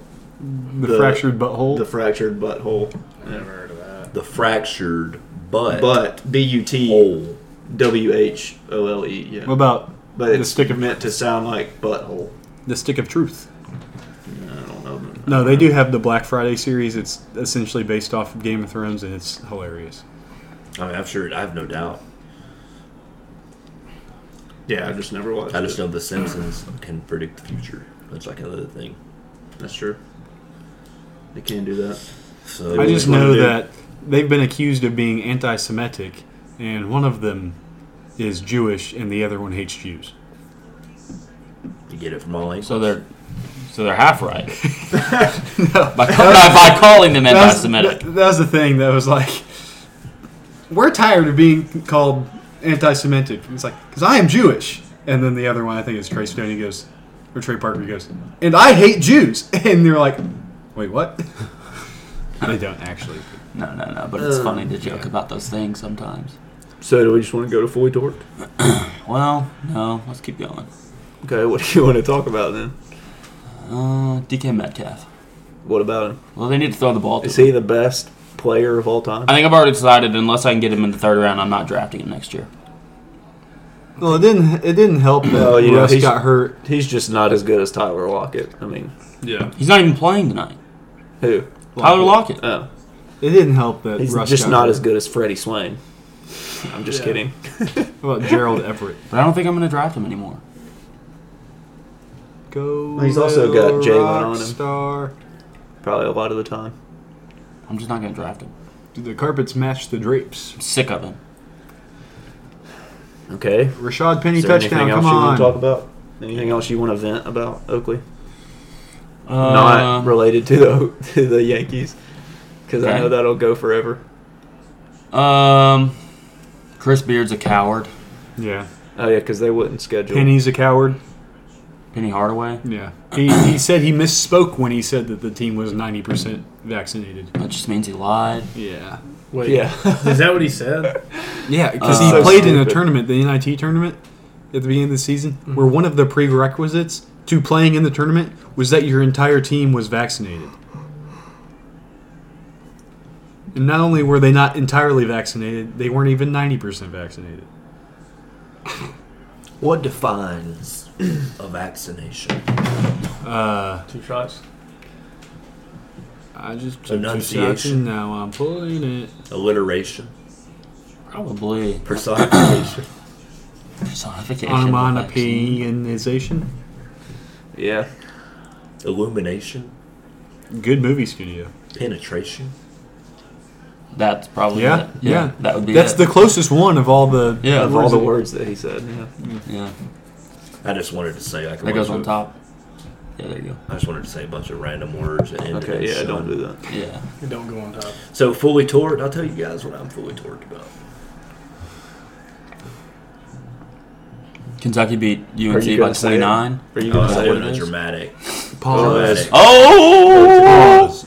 Speaker 1: The,
Speaker 3: The-
Speaker 1: fractured butthole?
Speaker 3: The Fractured Butthole,
Speaker 2: people. Never heard of that.
Speaker 6: the fractured butt
Speaker 3: but B U T
Speaker 6: hole.
Speaker 3: W H O L E. Yeah.
Speaker 1: what about
Speaker 3: But
Speaker 1: The
Speaker 3: it's
Speaker 1: stick of-
Speaker 3: meant to sound like butthole.
Speaker 1: the stick of truth?
Speaker 3: I don't know.
Speaker 1: No, they do have the Black Friday series. It's essentially based off of Game of Thrones, and it's hilarious.
Speaker 6: I mean, I'm sure. I have no doubt.
Speaker 3: Yeah, I just never watched.
Speaker 6: I just
Speaker 3: it.
Speaker 6: know the Simpsons can predict the future. That's like another thing.
Speaker 3: That's true. They can do that.
Speaker 6: So
Speaker 1: I just
Speaker 3: wanna
Speaker 1: know
Speaker 3: do-
Speaker 1: that they've been accused of being anti-Semitic, and one of them is Jewish, and the other one hates Jews.
Speaker 6: you get it from all angles.
Speaker 4: So they're so they're half right. by, call- by calling them
Speaker 1: That was,
Speaker 4: anti-Semitic.
Speaker 1: that- that was the thing that was like, we're tired of being called anti-Semitic. It's like because I am Jewish, and then the other one I think is Trey Stone. He goes, or Trey Parker. He goes, and I hate Jews, and they're like, wait, what? they don't actually.
Speaker 4: No, no, no. But it's funny to joke about those things sometimes.
Speaker 3: So do we just want to go to Foy Torque?
Speaker 4: Well, no. Let's keep going.
Speaker 3: Okay, what do you want to talk about then?
Speaker 4: Uh, DK Metcalf.
Speaker 3: What about him?
Speaker 4: Well, they need to throw the ball. To
Speaker 3: Is
Speaker 4: him.
Speaker 3: he the best player of all time?
Speaker 4: I think I've already decided. Unless I can get him in the third round, I'm not drafting him next year.
Speaker 1: Well, it didn't. It didn't help that
Speaker 3: Well, you know,
Speaker 1: Russ
Speaker 3: he's-
Speaker 1: got hurt.
Speaker 3: He's just not as good as Tyler Lockett. I mean,
Speaker 1: Yeah,
Speaker 4: He's not even playing tonight.
Speaker 3: who?
Speaker 4: Tyler Lockett.
Speaker 3: Oh,
Speaker 1: it didn't help that
Speaker 3: he's
Speaker 1: Russ
Speaker 3: just
Speaker 1: got
Speaker 3: not
Speaker 1: hurt.
Speaker 3: as good as Freddie Swain. I'm just kidding.
Speaker 1: How about Gerald Everett?
Speaker 4: But I don't think I'm going to draft him anymore.
Speaker 1: Go.
Speaker 3: He's also got
Speaker 1: little
Speaker 3: Jalen
Speaker 1: rock
Speaker 3: on him.
Speaker 1: Star.
Speaker 3: Probably a lot of the time.
Speaker 4: I'm just not going to draft him.
Speaker 1: Do the carpets match the drapes?
Speaker 4: I'm sick of him.
Speaker 3: Okay.
Speaker 1: Rashad Penny
Speaker 3: Is there
Speaker 1: touchdown.
Speaker 3: anything else
Speaker 1: Come
Speaker 3: you want to talk
Speaker 1: on.
Speaker 3: about? Anything else you want to vent about Oakley?
Speaker 4: Uh,
Speaker 3: not related to the to the Yankees, because I
Speaker 4: Okay.
Speaker 3: know that'll go forever.
Speaker 4: Um, Chris Beard's a coward.
Speaker 1: Yeah,
Speaker 3: Oh yeah, because they wouldn't schedule.
Speaker 1: Penny's a coward.
Speaker 4: Penny Hardaway.
Speaker 1: Yeah, he, he said he misspoke when he said that the team was ninety percent vaccinated.
Speaker 4: That just means he lied.
Speaker 1: Yeah,
Speaker 2: Wait,
Speaker 3: Yeah,
Speaker 2: is that what he said?
Speaker 1: yeah, because
Speaker 4: Uh,
Speaker 1: he
Speaker 4: so
Speaker 1: played in a
Speaker 3: stupid.
Speaker 1: tournament, the NIT tournament, at the beginning of the season, where one of the prerequisites to playing in the tournament was that your entire team was vaccinated. And not only were they not entirely vaccinated, they weren't even ninety percent vaccinated.
Speaker 6: What defines a vaccination?
Speaker 1: Uh,
Speaker 2: Two shots.
Speaker 1: I just
Speaker 6: took two shots and
Speaker 1: now I'm pulling it.
Speaker 6: Alliteration.
Speaker 4: Probably
Speaker 6: Personification.
Speaker 4: personification. of vaccine.
Speaker 1: Onomatopoeization.
Speaker 3: yeah.
Speaker 6: Illumination.
Speaker 1: Good movie studio.
Speaker 6: Penetration.
Speaker 4: That's probably
Speaker 1: Yeah,
Speaker 4: it.
Speaker 1: yeah.
Speaker 4: That would be
Speaker 1: That's
Speaker 4: it.
Speaker 1: the closest one of all the.
Speaker 4: Yeah.
Speaker 3: Of all the words that he said, yeah.
Speaker 4: yeah.
Speaker 6: I just wanted to say like a
Speaker 4: That goes
Speaker 6: bunch
Speaker 4: on
Speaker 6: of-
Speaker 4: top. Yeah, there you
Speaker 6: I just wanted to say a bunch of random words and ended
Speaker 3: Okay,
Speaker 6: in
Speaker 3: yeah, don't
Speaker 6: son.
Speaker 3: do that.
Speaker 4: go. Yeah.
Speaker 2: It don't go on top.
Speaker 6: So fully torqued. I'll tell you guys what I'm fully torqued about.
Speaker 4: Kentucky beat
Speaker 3: Are
Speaker 4: UNC
Speaker 3: you
Speaker 4: by
Speaker 3: gonna say it?
Speaker 4: 29.
Speaker 3: Are you
Speaker 6: Oh,
Speaker 3: gonna
Speaker 6: that
Speaker 3: say
Speaker 6: wasn't a
Speaker 3: it?
Speaker 6: dramatic.
Speaker 3: Pause.
Speaker 6: dramatic.
Speaker 4: Oh!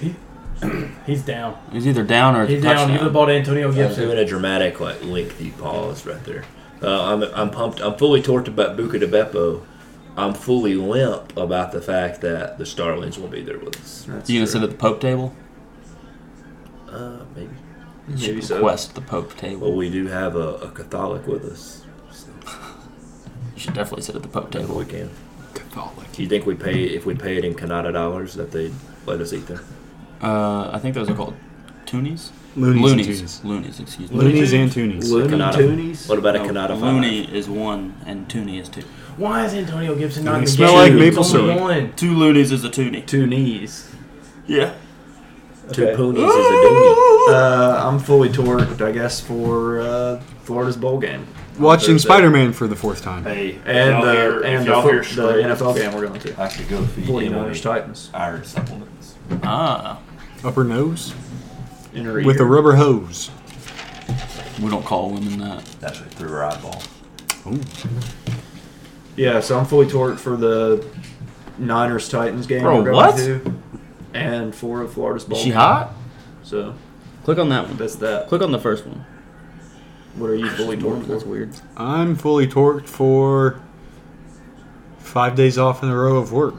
Speaker 2: He's down.
Speaker 4: He's either down or it's a
Speaker 2: He's down. Give the
Speaker 4: touchdown.
Speaker 2: ball to Antonio
Speaker 6: I'm
Speaker 2: Gibson.
Speaker 6: doing a dramatic, like lengthy pause right there. Uh, I'm, I'm pumped. I'm fully torqued about Buca de Beppo. I'm fully limp about the fact that the Starlings won't be there with us.
Speaker 3: That's
Speaker 4: You gonna
Speaker 3: true.
Speaker 4: sit at the Pope table?
Speaker 6: Uh, maybe.
Speaker 4: You should
Speaker 3: Maybe so.
Speaker 4: request the Pope table.
Speaker 6: Well, we do have a, a Catholic with us. So
Speaker 4: You should definitely sit at the Pope
Speaker 6: we
Speaker 4: table.
Speaker 6: can.
Speaker 1: Catholic.
Speaker 6: Do you think we pay if we pay it in Canada dollars that they let us eat there?
Speaker 4: Uh, I think those are called toonies.
Speaker 1: Loonies. and
Speaker 4: Loonies.
Speaker 1: Toonies.
Speaker 4: Loonies. Excuse me.
Speaker 1: Loonies and Toonies.
Speaker 3: Looney
Speaker 6: Canada.
Speaker 3: Toonies?
Speaker 6: What about a
Speaker 4: No,
Speaker 6: Canada five?
Speaker 4: Looney is one and Toonie is two.
Speaker 2: Why is Antonio Gibson
Speaker 1: They
Speaker 2: not in the
Speaker 1: smell
Speaker 2: game?
Speaker 1: like
Speaker 2: He's
Speaker 1: maple
Speaker 2: only
Speaker 1: syrup.
Speaker 2: One.
Speaker 4: Two loonies is a Toonie.
Speaker 3: Two knees.
Speaker 4: Yeah.
Speaker 6: Two
Speaker 3: Okay.
Speaker 6: poonies is a dooney.
Speaker 3: Uh, I'm fully torqued, I guess, for uh, Florida's bowl game.
Speaker 1: Watching
Speaker 6: Thursday.
Speaker 1: Spider Man for the fourth time.
Speaker 7: Hey, if
Speaker 3: And
Speaker 7: y'all
Speaker 3: the-
Speaker 7: hear- if
Speaker 3: and the
Speaker 7: y'all
Speaker 3: fo-
Speaker 7: hear
Speaker 3: the
Speaker 7: screams,
Speaker 3: NFL game we're going to.
Speaker 7: I could go feed him on
Speaker 3: 49ers Titans.
Speaker 7: iron supplements.
Speaker 4: Ah.
Speaker 1: Upper nose
Speaker 3: Inner
Speaker 1: with a
Speaker 3: ear.
Speaker 1: rubber hose.
Speaker 4: We don't call women that.
Speaker 7: That's right through her eyeball.
Speaker 3: Yeah, so I'm fully torqued for the Niners Titans game.
Speaker 4: Bro,
Speaker 3: we're going
Speaker 4: what?
Speaker 3: To, and for Florida's bowl.
Speaker 4: Is she
Speaker 3: game.
Speaker 4: hot?
Speaker 3: So
Speaker 4: Click on that one.
Speaker 3: that's that.
Speaker 4: Click on the first one.
Speaker 3: What are you fully torqued
Speaker 4: That's
Speaker 3: for?
Speaker 4: weird.
Speaker 1: I'm fully torqued for five days off in a row of work.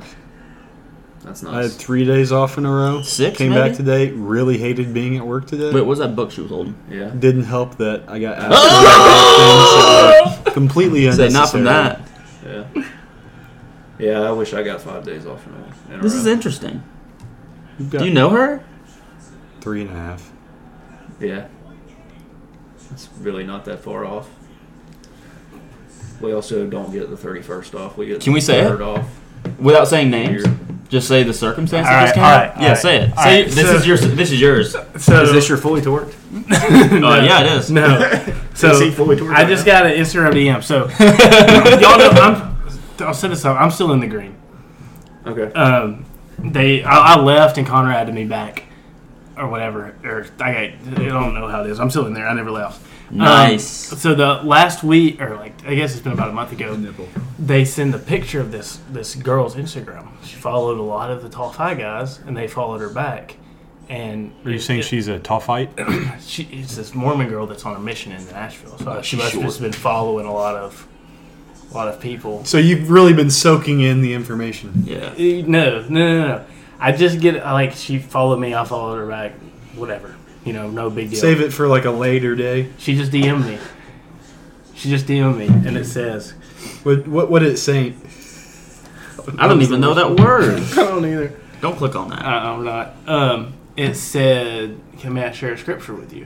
Speaker 3: That's
Speaker 1: I had
Speaker 3: nice.
Speaker 1: three days off in a row.
Speaker 4: Six,
Speaker 1: Came
Speaker 4: maybe?
Speaker 1: back today. Really hated being at work today.
Speaker 4: Wait, what was that book she was holding?
Speaker 3: yeah.
Speaker 1: Didn't help that I got asked to do things that were completely
Speaker 4: Say
Speaker 1: unnecessary.
Speaker 4: not from that.
Speaker 3: Yeah. Yeah, I wish I got five days off in a, in a
Speaker 4: This
Speaker 3: row.
Speaker 4: is interesting.
Speaker 1: You've got
Speaker 4: Do you know her?
Speaker 1: Three and a half.
Speaker 3: Yeah. It's really not that far off. We also don't get the 31st off. We get
Speaker 4: Can we
Speaker 3: the
Speaker 4: say it?
Speaker 3: 3rd off.
Speaker 4: Without saying names,
Speaker 3: Here.
Speaker 4: just say the circumstances.
Speaker 2: All right,
Speaker 4: just came
Speaker 2: all
Speaker 4: out?
Speaker 2: right, all
Speaker 4: yeah,
Speaker 2: right,
Speaker 4: say it.
Speaker 2: all
Speaker 4: Say
Speaker 2: right,
Speaker 4: this
Speaker 2: so-
Speaker 4: is yours. This is yours.
Speaker 2: So
Speaker 3: Is this your fully torqued?
Speaker 2: Oh,
Speaker 4: Uh, yeah, it is.
Speaker 2: No. So
Speaker 3: he fully torqued
Speaker 2: I
Speaker 3: right
Speaker 2: just
Speaker 3: now?
Speaker 2: got an Instagram DM. So y'all know I'm. I'll set this up. I'm still in the green.
Speaker 3: Okay.
Speaker 2: Um, they I, I left and Connor had to me back or whatever. Or I got, I don't know how it is. I'm still in there. I never left. Um,
Speaker 4: Nice.
Speaker 2: so the last week, or like I guess it's been about a month ago,
Speaker 1: Nipple.
Speaker 2: they send a picture of this this girl's Instagram. She followed a lot of the tall thigh guys, and they followed her back. And
Speaker 1: Are you saying she's a tough fight?
Speaker 2: she it's this Mormon girl that's on a mission in Nashville. So she
Speaker 4: she's
Speaker 2: must have just been following a lot of a lot of people.
Speaker 1: So you've really been soaking in the information.
Speaker 4: Yeah.
Speaker 2: Eh, No, no, no, no. I just get like she followed me. I followed her back. Whatever. You know, no big deal.
Speaker 1: Save it for like a later day.
Speaker 2: She just DM'd me. She just DM'd me, and it says,
Speaker 1: What what what did it say?
Speaker 4: I don't even know that word.
Speaker 2: "I don't either."
Speaker 4: Don't click on that.
Speaker 2: I, am not. Um, it said, "Can may I share a scripture with you?"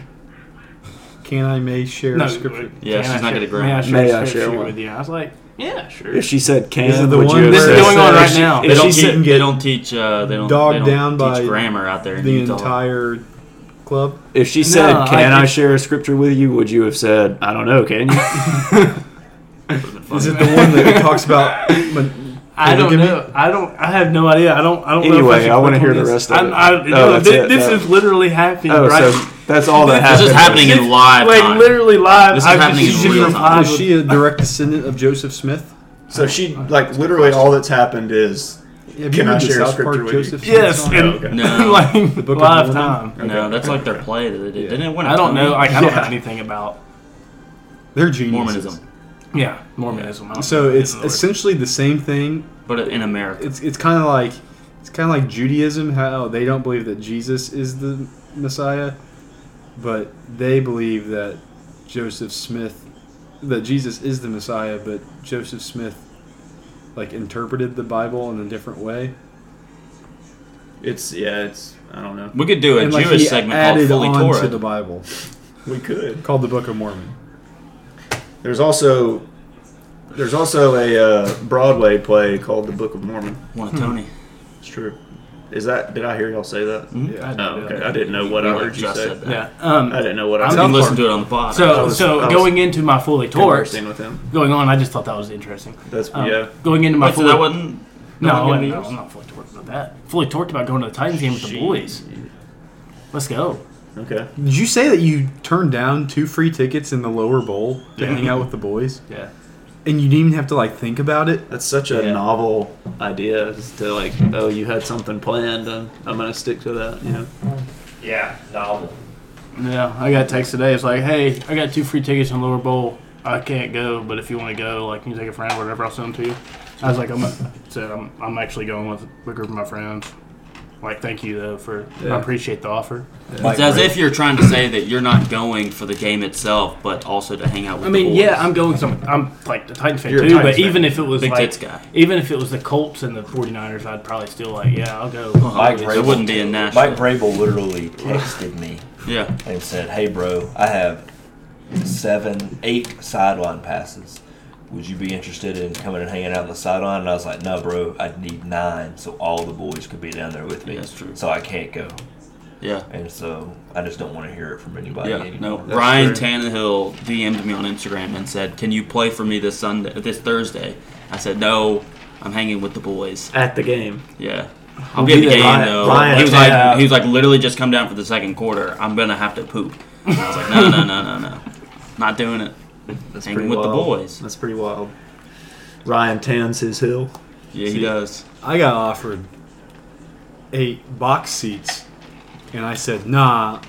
Speaker 1: Can I may share a scripture?
Speaker 4: Yeah,
Speaker 2: "Can
Speaker 4: she's
Speaker 2: I
Speaker 4: not
Speaker 2: share-
Speaker 4: gonna grant
Speaker 2: May I
Speaker 4: it."
Speaker 2: share
Speaker 3: May
Speaker 2: a
Speaker 3: I
Speaker 2: scripture
Speaker 3: share one?
Speaker 2: with you? I was like, "Yeah, sure."
Speaker 3: If she said can,
Speaker 1: Is it the
Speaker 3: would
Speaker 1: one
Speaker 3: you
Speaker 1: that
Speaker 2: this is
Speaker 3: accept
Speaker 2: going on
Speaker 3: it?
Speaker 2: right now.
Speaker 4: They don't,
Speaker 1: she
Speaker 4: teach,
Speaker 1: said-
Speaker 4: they don't teach. Uh, they don't.
Speaker 1: Dogged
Speaker 4: they don't
Speaker 1: down by
Speaker 4: teach grammar out there. In
Speaker 1: The
Speaker 4: Utah.
Speaker 1: entire club.
Speaker 3: If she said,
Speaker 2: No,
Speaker 3: "Can
Speaker 2: I-
Speaker 3: I, share a scripture with you?" Would you have said, "I don't know"? Can you?
Speaker 1: Is it the one that talks about? When, Can
Speaker 2: I
Speaker 1: you
Speaker 2: don't
Speaker 1: give me-
Speaker 2: know. I don't. I have no idea. I don't. I don't. know
Speaker 3: Anyway,
Speaker 2: if should
Speaker 3: I wanna hear
Speaker 2: click on
Speaker 3: the
Speaker 2: this.
Speaker 3: rest of
Speaker 2: I'm-
Speaker 3: it.
Speaker 2: I,
Speaker 3: No,
Speaker 2: no,
Speaker 3: that's
Speaker 2: thi-
Speaker 3: it.
Speaker 2: this
Speaker 3: That-
Speaker 2: is literally happening.
Speaker 3: oh,
Speaker 2: right?
Speaker 3: so that's all that
Speaker 4: This
Speaker 3: happened.
Speaker 4: is happening in live
Speaker 2: like
Speaker 4: time.
Speaker 2: literally live.
Speaker 4: This is
Speaker 2: I just-
Speaker 4: happening in
Speaker 2: she just
Speaker 4: real time.
Speaker 2: replied
Speaker 1: is
Speaker 2: with-
Speaker 1: she a direct descendant of Joseph Smith?
Speaker 3: So she like literally all that's happened is
Speaker 1: Have you
Speaker 3: Can I
Speaker 1: heard the
Speaker 3: share a
Speaker 1: South
Speaker 3: scripture
Speaker 1: Park
Speaker 3: with you?
Speaker 1: Joseph Smith
Speaker 2: Yes,
Speaker 1: song?
Speaker 2: and
Speaker 4: No.
Speaker 2: like
Speaker 1: Book of
Speaker 2: live
Speaker 1: Mormon?
Speaker 2: time.
Speaker 4: No, that's like their play that they did. Didn't it win a
Speaker 2: I don't
Speaker 4: Tony?
Speaker 2: know. Like, I don't know
Speaker 1: Yeah.
Speaker 2: anything about
Speaker 1: They're geniuses.
Speaker 4: Mormonism,
Speaker 2: yeah Mormonism. I don't
Speaker 1: So
Speaker 2: know.
Speaker 1: it's
Speaker 2: Lord.
Speaker 1: essentially the same thing,
Speaker 4: but in America.
Speaker 1: it's it's kind of like it's kind of like Judaism how they don't believe that Jesus is the Messiah, but they believe that Joseph Smith that Jesus is the Messiah, but Joseph Smith like interpreted the Bible in a different way.
Speaker 3: It's yeah, it's I don't know.
Speaker 4: We could do a
Speaker 1: and like
Speaker 4: Jewish
Speaker 1: he
Speaker 4: segment called
Speaker 1: added
Speaker 4: Fully
Speaker 1: on
Speaker 4: Torah.
Speaker 1: to the Bible,
Speaker 3: We could.
Speaker 1: called the Book of Mormon.
Speaker 3: There's also there's also a uh, Broadway play called The Book of Mormon.
Speaker 4: Won
Speaker 2: Hmm.
Speaker 4: a Tony.
Speaker 3: It's true. Is that did I hear y'all say that?
Speaker 4: Hmm?
Speaker 1: Yeah.
Speaker 3: No, okay. I didn't know what
Speaker 4: We
Speaker 3: I
Speaker 4: like
Speaker 3: heard you
Speaker 4: just
Speaker 3: say.
Speaker 4: said that.
Speaker 2: yeah. Um,
Speaker 3: I didn't know what I
Speaker 2: I'm
Speaker 4: You
Speaker 3: heard.
Speaker 4: can
Speaker 2: South
Speaker 4: listen
Speaker 2: Park.
Speaker 4: to it on the pod.
Speaker 2: so
Speaker 3: was-
Speaker 2: so
Speaker 3: I was-
Speaker 2: going into my fully torched
Speaker 3: conversing with him.
Speaker 2: going on, I just thought that was interesting.
Speaker 3: That's
Speaker 2: Um,
Speaker 3: yeah.
Speaker 2: Going into my
Speaker 4: Wait, so
Speaker 2: fully
Speaker 4: that wasn't.
Speaker 2: no,
Speaker 4: that
Speaker 2: I
Speaker 4: wasn't
Speaker 2: wasn't-
Speaker 4: gonna
Speaker 2: I
Speaker 4: be
Speaker 2: was
Speaker 4: yours?
Speaker 2: not fully torqued about that. Fully torqued about going to the Titans game with the
Speaker 3: Jeez.
Speaker 2: boys. Let's go.
Speaker 3: Okay.
Speaker 1: Did you say that you turned down two free tickets in the lower bowl to
Speaker 2: Yeah.
Speaker 1: hang out with the boys,
Speaker 2: Yeah.
Speaker 1: and you didn't even have to like think about it?
Speaker 3: That's such a
Speaker 2: Yeah.
Speaker 3: novel idea is to like, oh, you had something planned and I'm gonna stick to that, you know.
Speaker 2: Yeah, novel. Yeah, I got a text today. It's like, hey, I got two free tickets in Lower Bowl. I can't go, but if you want to go, like, you can take a friend or whatever. I'll send them to you. I was like, I'm, said I'm, I'm actually going with a group of my friends. Like, thank you though for, I appreciate the offer.
Speaker 4: It's as if you're trying to say that you're not going for the game itself, but also to hang out with.
Speaker 2: I mean,
Speaker 4: the boys.
Speaker 2: yeah, I'm going some. I'm like the Titans fan
Speaker 3: You're a
Speaker 2: too,
Speaker 3: Titans
Speaker 2: but
Speaker 3: fan.
Speaker 2: even if it was
Speaker 4: Big
Speaker 2: like,
Speaker 4: tits guy.
Speaker 2: even if it was the Colts and the 49ers, I'd probably still like, yeah, I'll go.
Speaker 4: Mike
Speaker 7: Mike
Speaker 4: It
Speaker 7: Vrabel.
Speaker 4: wouldn't be in Nashville.
Speaker 7: Mike Brable literally texted me
Speaker 4: Yeah.
Speaker 7: and said, "Hey, bro, I have seven, eight sideline passes. Would you be interested in coming and hanging out on the sideline?" And I was like, "No, bro, I need nine, so all the boys could be down there with me.
Speaker 4: Yeah, that's true.
Speaker 7: So I can't go,
Speaker 4: Yeah.
Speaker 7: and so I just don't want to hear it from anybody."
Speaker 4: Yeah, no.
Speaker 7: anymore.
Speaker 4: Ryan Tannehill DM'd me on Instagram and said, "Can you play for me this Sunday, this Thursday?" I said, "No, I'm hanging with the boys."
Speaker 3: At the game.
Speaker 4: Yeah, I'll be at the
Speaker 3: Either
Speaker 4: game
Speaker 3: Ryan-
Speaker 4: though.
Speaker 3: Ryan
Speaker 4: he was
Speaker 3: or
Speaker 4: like,
Speaker 3: Tab.
Speaker 4: he was like, literally just come down for the second quarter. I'm gonna have to poop. And I was like, no, no, no, no, no, not doing it.
Speaker 3: That's
Speaker 4: Hanging
Speaker 3: pretty
Speaker 4: with the
Speaker 3: wild.
Speaker 4: boys.
Speaker 3: That's pretty wild. Ryan tans his hill.
Speaker 4: Yeah, he does.
Speaker 1: I got offered eight box seats, and I said, "Nah,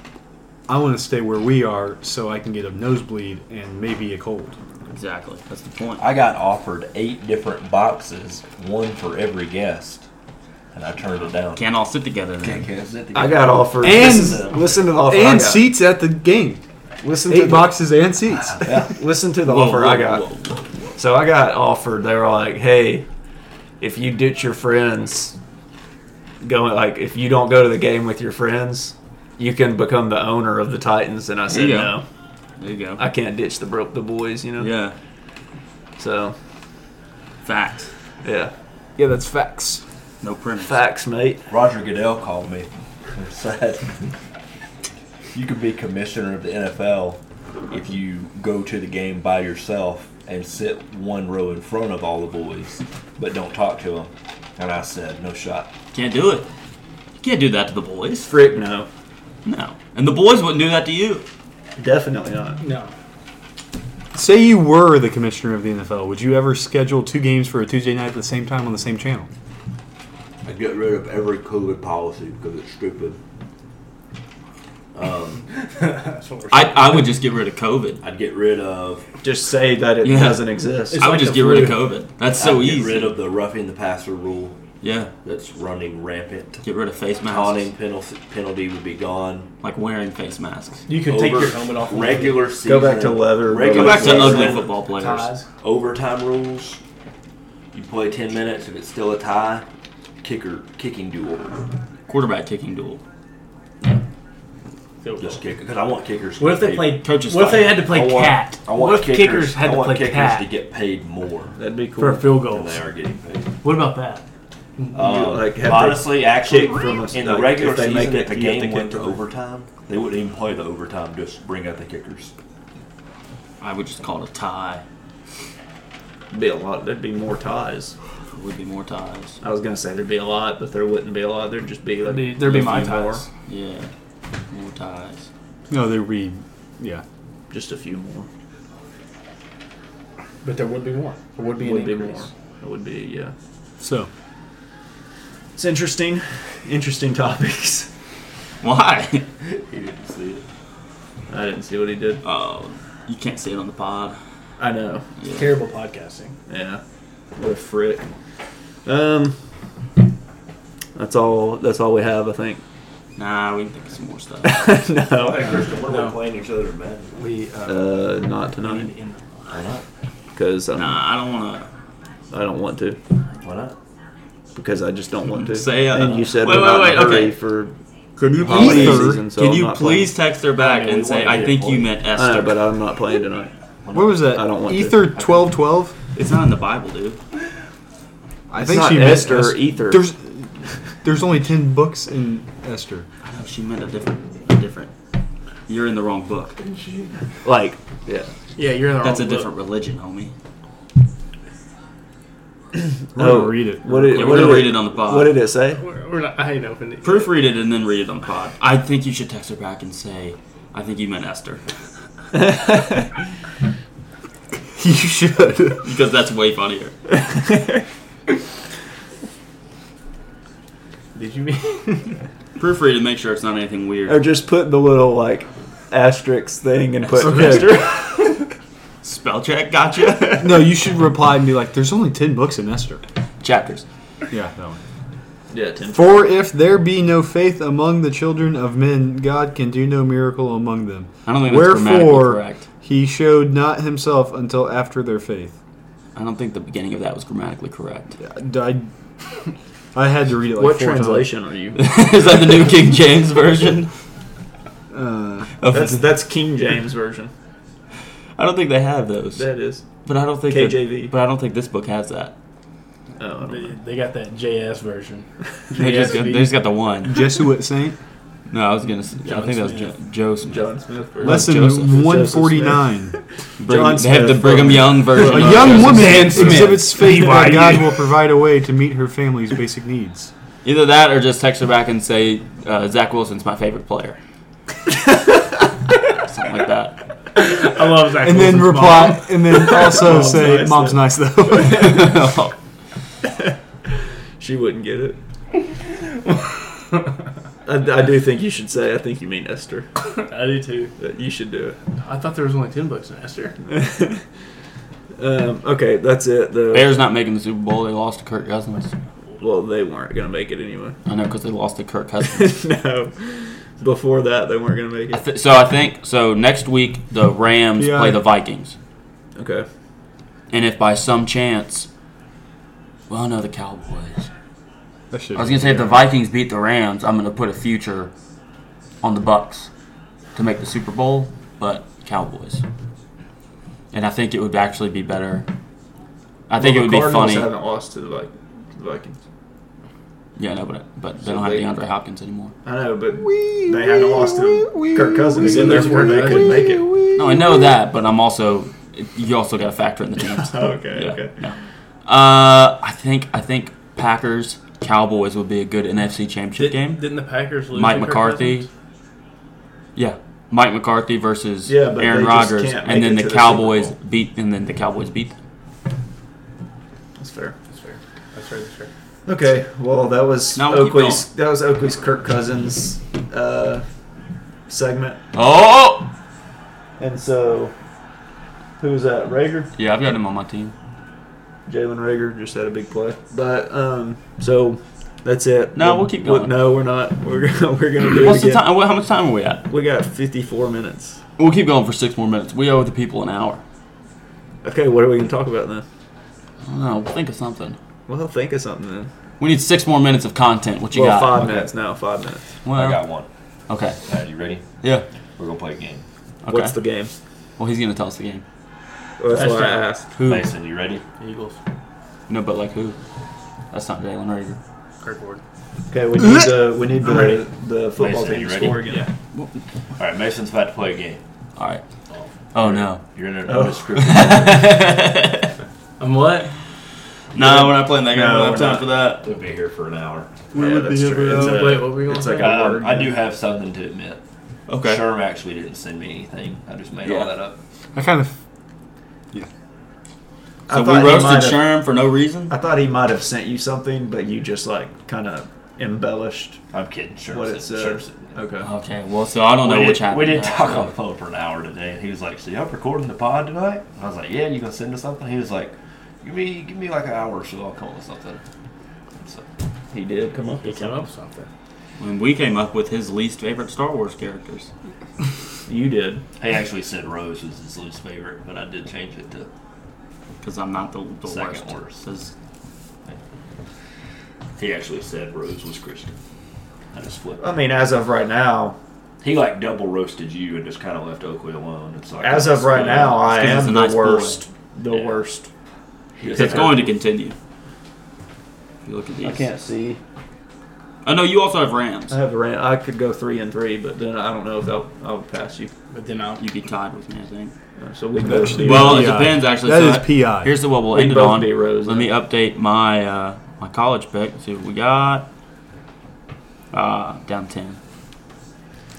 Speaker 1: I want to stay where we are so I can get a nosebleed and maybe a cold."
Speaker 4: Exactly. That's the point.
Speaker 7: I got offered eight different boxes, one for every guest, and I turned it down.
Speaker 4: Can't all sit together. Then.
Speaker 3: I got offered
Speaker 1: And-
Speaker 3: listen to, listen to the offer I
Speaker 1: and
Speaker 3: got.
Speaker 1: seats at the game.
Speaker 3: listen to
Speaker 1: Eight
Speaker 3: the,
Speaker 1: boxes and seats.
Speaker 3: listen to the
Speaker 4: Whoa,
Speaker 3: offer
Speaker 4: whoa,
Speaker 3: I got.
Speaker 4: whoa, whoa.
Speaker 3: So I got offered. They were like, "Hey, if you ditch your friends, going like if you don't go to the game with your friends, you can become the owner of the Titans." And I said,
Speaker 4: Yeah.
Speaker 3: "No,
Speaker 4: There you go.
Speaker 3: I can't ditch the bro- the boys." You know.
Speaker 4: Yeah.
Speaker 3: So
Speaker 4: Facts.
Speaker 3: yeah,
Speaker 1: Yeah, that's facts.
Speaker 4: No print.
Speaker 3: facts, mate.
Speaker 7: Roger Goodell called me and said, "You could be commissioner of the NFL if you go to the game by yourself and sit one row in front of all the boys, but don't talk to them." And I said, "No shot."
Speaker 4: Can't do it. You can't do that to the boys.
Speaker 3: Frick, no,
Speaker 4: No. And the boys wouldn't do that to you.
Speaker 3: definitely not.
Speaker 2: No,
Speaker 1: Say you were the commissioner of the NFL, would you ever schedule two games for a Tuesday night at the same time on the same channel?
Speaker 6: I get rid of every COVID policy because it's stupid.
Speaker 7: Um,
Speaker 2: That's what we're
Speaker 4: I, I would just get rid of COVID.
Speaker 7: I'd get rid of.
Speaker 3: Just say that it
Speaker 4: Yeah.
Speaker 3: doesn't exist.
Speaker 2: It's
Speaker 4: I would
Speaker 2: like
Speaker 4: just
Speaker 2: the
Speaker 4: get rid of
Speaker 2: flu.
Speaker 4: COVID. That's so
Speaker 7: I'd
Speaker 4: easy.
Speaker 7: Get rid of the roughing the passer rule
Speaker 4: yeah,
Speaker 7: that's running rampant.
Speaker 4: get rid of face masks.
Speaker 7: Taunting penalty, penalty would be gone.
Speaker 4: Like wearing face masks.
Speaker 2: You could take
Speaker 7: Over-
Speaker 2: your helmet off. and
Speaker 7: Regular season.
Speaker 3: Go back to leather.
Speaker 7: Regular
Speaker 4: Go back to
Speaker 7: season.
Speaker 4: ugly football players.
Speaker 2: Ties.
Speaker 7: overtime rules. You play ten minutes. If it's still a tie, kicker kicking duel.
Speaker 4: Quarterback kicking duel.
Speaker 2: Field goal.
Speaker 7: Just kick because I want kickers. to
Speaker 2: What
Speaker 7: get
Speaker 2: if they
Speaker 7: paid-
Speaker 2: played?
Speaker 4: Coaches
Speaker 2: What if they
Speaker 4: style.
Speaker 2: had to play
Speaker 7: I want,
Speaker 2: cat?
Speaker 7: I want
Speaker 2: what if
Speaker 7: kickers,
Speaker 2: kickers, had
Speaker 7: I
Speaker 2: to
Speaker 7: want
Speaker 2: play
Speaker 7: kickers
Speaker 2: cat
Speaker 7: to get paid more
Speaker 3: That'd be cool.
Speaker 2: for field
Speaker 7: than
Speaker 2: goals?
Speaker 7: they are getting paid.
Speaker 2: What about that?
Speaker 7: Um,
Speaker 3: like, have they
Speaker 7: honestly, actually,
Speaker 3: kicked from us,
Speaker 7: in the
Speaker 3: like,
Speaker 7: regular
Speaker 3: if they
Speaker 7: season,
Speaker 3: make it,
Speaker 7: if the
Speaker 3: you have to
Speaker 7: game
Speaker 3: kick
Speaker 7: went to
Speaker 3: them.
Speaker 7: overtime, they wouldn't even play the overtime. Just bring out the kickers.
Speaker 4: I would just call it a tie.
Speaker 3: be a lot. There'd be more ties.
Speaker 4: There would be more ties.
Speaker 3: I was gonna say there'd be a lot, but there wouldn't be a lot. There'd just be like
Speaker 2: There'd be, there'd be
Speaker 3: a
Speaker 2: my
Speaker 3: few more.
Speaker 2: ties.
Speaker 4: Yeah, more ties.
Speaker 1: No, they read. Yeah.
Speaker 3: Just a few more.
Speaker 5: But there would be more. There would be
Speaker 3: would
Speaker 5: an
Speaker 3: be
Speaker 5: increase.
Speaker 3: more. It would be yeah.
Speaker 1: So
Speaker 3: It's interesting. Interesting topics.
Speaker 4: Why?
Speaker 7: He didn't see it.
Speaker 3: I didn't see what he did.
Speaker 4: Oh, you can't see it on the pod.
Speaker 3: I know.
Speaker 5: Terrible podcasting.
Speaker 3: Yeah. What a frick. Um. That's all. That's all we have, I think.
Speaker 4: Nah, we can think of some more stuff.
Speaker 3: no.
Speaker 6: Uh,
Speaker 7: Christian, what are
Speaker 5: No.
Speaker 7: we playing each other, man?
Speaker 5: We uh,
Speaker 3: Uh, not
Speaker 5: we
Speaker 3: tonight
Speaker 5: need to end.
Speaker 3: because I
Speaker 4: Nah, I don't want
Speaker 3: don't want to
Speaker 7: Why not?
Speaker 3: because I just don't want to.
Speaker 4: Say, uh,
Speaker 3: and you said
Speaker 4: wait,
Speaker 3: we're
Speaker 4: wait,
Speaker 3: not in a
Speaker 4: wait,
Speaker 3: hurry
Speaker 4: okay.
Speaker 3: for
Speaker 4: to. Can you
Speaker 3: holiday
Speaker 1: Ether.
Speaker 3: season, so
Speaker 4: Can
Speaker 3: I'm
Speaker 4: you
Speaker 3: not
Speaker 4: please text her
Speaker 7: I
Speaker 4: back
Speaker 7: mean, we
Speaker 4: and say,
Speaker 7: wanna
Speaker 4: I
Speaker 7: get
Speaker 4: think you
Speaker 7: employed."
Speaker 4: meant
Speaker 3: Playing. I
Speaker 4: Esther?
Speaker 3: know, but uh, I'm not playing tonight.
Speaker 1: what was that?
Speaker 3: I don't want to.
Speaker 1: Ether twelve twelve.
Speaker 4: it's not in the Bible, dude.
Speaker 1: I
Speaker 3: It's
Speaker 1: think
Speaker 3: not
Speaker 1: she meant
Speaker 3: Esther,
Speaker 1: Es-
Speaker 3: Ether.
Speaker 1: There's there's only ten books in Esther.
Speaker 4: I know she meant a different, a different. You're in the wrong book.
Speaker 3: Like, yeah.
Speaker 2: Yeah, you're in the
Speaker 4: That's a
Speaker 2: wrong book.
Speaker 4: different religion, homie.
Speaker 1: We're gonna read it.
Speaker 3: Oh, What did,
Speaker 4: Yeah,
Speaker 3: what
Speaker 4: we're gonna
Speaker 3: did
Speaker 4: read it on the pod.
Speaker 3: What did it say?
Speaker 2: We're, we're not. I ain't opened it.
Speaker 4: Proofread it and then read it on the pod. I think you should text her back and say, I think you meant Esther.
Speaker 1: you should.
Speaker 4: Because that's way funnier.
Speaker 2: Did you mean?
Speaker 4: Proofread and make sure it's not anything
Speaker 3: or
Speaker 4: weird.
Speaker 3: just put the little like asterisk thing and put
Speaker 1: Okay.
Speaker 3: Esther.
Speaker 4: Spell check, gotcha.
Speaker 1: no, you should reply and be like, "There's only ten books in Esther."
Speaker 4: Chapters.
Speaker 1: Yeah, that one.
Speaker 3: yeah, Tim.
Speaker 1: For if there be no faith among the children of men, God can do no miracle among them.
Speaker 4: I don't think that's grammatically
Speaker 1: Wherefore
Speaker 4: correct.
Speaker 1: he showed not himself until after their faith.
Speaker 4: I don't think the beginning of that was grammatically correct.
Speaker 1: I, I had to read it. Like
Speaker 5: what
Speaker 1: four times.
Speaker 5: translation are you?
Speaker 4: Is that the new King James version?
Speaker 1: Uh,
Speaker 4: Of-
Speaker 3: That's that's King James version.
Speaker 4: I don't think they have those.
Speaker 3: That is.
Speaker 4: But I don't think
Speaker 3: KJV.
Speaker 4: That, but I don't think this book has that.
Speaker 3: Oh, I don't
Speaker 2: They,
Speaker 3: know.
Speaker 2: they got that JS version.
Speaker 4: They just got, they just got the one.
Speaker 1: Jesuit saint.
Speaker 4: No, I was gonna. Say, I
Speaker 2: John
Speaker 4: think that was jo-
Speaker 2: Smith.
Speaker 4: Joseph.
Speaker 3: John Smith version.
Speaker 4: Joseph.
Speaker 1: Lesson one forty nine.
Speaker 4: Brigham,
Speaker 3: John
Speaker 4: they have the
Speaker 3: Smith.
Speaker 4: Brigham Young version.
Speaker 1: A
Speaker 4: of
Speaker 1: young
Speaker 4: Joseph
Speaker 1: woman
Speaker 4: Smith.
Speaker 1: exhibits faith that God will provide a way to meet her family's basic needs.
Speaker 4: Either that, or just text her back and say uh, Zach Wilson's my favorite player. Something like that.
Speaker 2: I love Zach.
Speaker 1: And then
Speaker 2: Wilson's
Speaker 1: reply, and then also
Speaker 3: Mom's
Speaker 1: say,
Speaker 3: nice,
Speaker 1: "Mom's
Speaker 3: though."
Speaker 1: nice though."
Speaker 3: She wouldn't get it. I, I do think you should say. I think you mean Esther.
Speaker 2: mom. I do too.
Speaker 3: That You should do
Speaker 2: I thought there was only ten books in Esther.
Speaker 3: it. um, okay, that's it. The
Speaker 4: Bears not making the Super Bowl. They lost to Kirk Cousins.
Speaker 3: well, they weren't gonna make it anyway.
Speaker 4: I know because they lost to Kirk Cousins.
Speaker 3: no, before that they weren't gonna make
Speaker 4: I
Speaker 3: it.
Speaker 4: th- so I think so. Next week the Rams
Speaker 1: Yeah.
Speaker 4: play the Vikings,
Speaker 3: Okay,
Speaker 4: and if by some chance, well, no, the Cowboys.
Speaker 1: That should
Speaker 4: I was gonna say if the Vikings beat the Rams, I'm gonna put a future on the Bucks to make the Super Bowl, but Cowboys. And I think it would actually be better. I think
Speaker 3: Well,
Speaker 4: it
Speaker 3: the
Speaker 4: would
Speaker 3: Cardinals
Speaker 4: be funny.
Speaker 3: Haven't lost to the, Vi- the Vikings.
Speaker 4: Yeah, no, but but they
Speaker 3: So
Speaker 4: don't have
Speaker 3: they-
Speaker 4: DeAndre Hopkins anymore.
Speaker 3: I know, but they haven't lost to Kirk Cousins, and
Speaker 5: wee,
Speaker 3: therefore they
Speaker 5: wee,
Speaker 3: couldn't make it.
Speaker 4: No, I know that, but I'm also you also got to factor in the teams.
Speaker 3: Okay,
Speaker 4: Yeah,
Speaker 3: okay.
Speaker 4: yeah. Uh, I think I think Packers Cowboys would be a good NFC Championship
Speaker 2: Did,
Speaker 4: game.
Speaker 2: Didn't the Packers lose?
Speaker 4: Mike
Speaker 2: to Kirk
Speaker 4: McCarthy.
Speaker 2: Cousins?
Speaker 4: Yeah, Mike McCarthy versus
Speaker 3: Yeah, but
Speaker 4: Aaron
Speaker 3: they just
Speaker 4: Rodgers,
Speaker 3: can't
Speaker 4: and
Speaker 3: make
Speaker 4: then
Speaker 3: it
Speaker 4: the
Speaker 3: to the
Speaker 4: Cowboys
Speaker 3: Super
Speaker 4: beat, and then the Cowboys beat. them.
Speaker 3: That's fair.
Speaker 2: That's fair. That's fair. That's fair.
Speaker 3: Okay, well that was
Speaker 4: No, keep
Speaker 3: Oakley's. That was Oakley's Kirk Cousins uh, segment.
Speaker 4: Oh!
Speaker 8: And so, who's that? Rager?
Speaker 4: Yeah, I've got him on my team.
Speaker 3: Jalen Rager just had a big play. But um, so that's it.
Speaker 4: No,
Speaker 3: We-
Speaker 4: we'll keep
Speaker 3: we-
Speaker 4: going.
Speaker 3: no, we're not. We're gonna, we're gonna do
Speaker 4: What's
Speaker 3: it
Speaker 4: the
Speaker 3: again.
Speaker 4: time? How much time are we at?
Speaker 3: We got 54 minutes.
Speaker 4: We'll keep going for six more minutes. We owe the people an hour.
Speaker 3: Okay, what are we gonna talk about then?
Speaker 4: I don't know. Think of something.
Speaker 3: Well, think of something then.
Speaker 4: We need six more minutes of content. What you
Speaker 3: well,
Speaker 4: got?
Speaker 3: five minutes now. Five minutes.
Speaker 4: Well,
Speaker 6: I got one.
Speaker 4: Okay.
Speaker 6: All right, you ready?
Speaker 4: Yeah.
Speaker 6: We're gonna play a game.
Speaker 4: Okay.
Speaker 3: What's the game?
Speaker 4: well, he's gonna tell us the game.
Speaker 3: Well, that's why I
Speaker 2: Touchdown.
Speaker 3: asked.
Speaker 4: Who?
Speaker 6: Mason, you ready?
Speaker 2: Eagles.
Speaker 4: No, but like who? That's not Jalen Rager.
Speaker 2: Kirk Ward.
Speaker 8: Okay, we need the we need
Speaker 3: I'm ready.
Speaker 8: the
Speaker 3: The football
Speaker 6: Mason,
Speaker 3: team
Speaker 6: you
Speaker 3: to
Speaker 6: ready?
Speaker 3: score again.
Speaker 6: All right, Mason's about to play a game.
Speaker 4: All right. Oh no.
Speaker 6: You're in an
Speaker 3: Oh.
Speaker 6: undescripted.
Speaker 2: I'm what?
Speaker 4: No, we're not playing that game.
Speaker 3: No,
Speaker 4: we don't
Speaker 3: we're
Speaker 4: have time
Speaker 3: not.
Speaker 4: for that.
Speaker 6: We'll be here for an hour.
Speaker 3: We would be
Speaker 2: Wait, what were we going
Speaker 3: it's
Speaker 2: to
Speaker 3: like
Speaker 2: say?
Speaker 3: a
Speaker 6: Um,
Speaker 3: word.
Speaker 6: Uh, I do have something to admit.
Speaker 4: Okay.
Speaker 6: Sherm actually didn't send me anything. I just made
Speaker 4: Yeah.
Speaker 6: all that up.
Speaker 2: I kind of.
Speaker 3: I
Speaker 4: So we
Speaker 3: thought he might
Speaker 4: roasted
Speaker 3: have-
Speaker 4: Sherm for no reason.
Speaker 3: I thought he might have sent you something, but you just like kind of embellished
Speaker 6: I'm kidding. Sherm
Speaker 3: what
Speaker 6: said,
Speaker 3: it said.
Speaker 6: Sherm said-
Speaker 3: Okay.
Speaker 4: Okay. Well, so I don't
Speaker 6: we
Speaker 4: know
Speaker 6: did,
Speaker 4: which happened.
Speaker 6: We did talk on the phone for an hour today, and he was like, "So y'all recording the pod tonight?" And I was like, "Yeah." You gonna send us something? He was like, "Give me, give me like an hour or so. I'll come up with something." So he did come up
Speaker 2: He
Speaker 6: with
Speaker 2: came
Speaker 6: something.
Speaker 2: up with something.
Speaker 4: When we came up with his least favorite Star Wars characters.
Speaker 3: You did.
Speaker 6: He actually said Rose was his least favorite, but I did change it to.
Speaker 4: Because I'm not the, the
Speaker 6: Second
Speaker 4: worst. 'Cause-
Speaker 6: worst. He actually said Rose was Christian. I just flipped.
Speaker 3: I mean, as of right now,
Speaker 6: He like double roasted you and just kind of left Oakley alone. It's like
Speaker 3: as of right now, I
Speaker 4: It's 'cause it's a
Speaker 3: am
Speaker 4: nice
Speaker 3: the
Speaker 4: boy.
Speaker 3: worst. The
Speaker 6: Yeah.
Speaker 3: worst.
Speaker 6: He doesn't
Speaker 4: It's
Speaker 6: have-
Speaker 4: going to continue. If you look at these.
Speaker 3: I can't see.
Speaker 4: I know you also have Rams.
Speaker 3: I have a ran. I could go three and three, but then I don't know if I'll, I'll pass you.
Speaker 2: But then I'll.
Speaker 4: You'd be tied with me, I think.
Speaker 3: Uh, So we both be,
Speaker 4: Well,
Speaker 1: PI.
Speaker 4: it depends, actually.
Speaker 1: That
Speaker 4: So
Speaker 1: is
Speaker 4: I-
Speaker 1: PI.
Speaker 4: Here's the what we'll
Speaker 3: we
Speaker 4: end it
Speaker 3: both
Speaker 4: on.
Speaker 3: be Rose.
Speaker 4: Let me update my uh, my college pick. See what we got. Uh, down ten.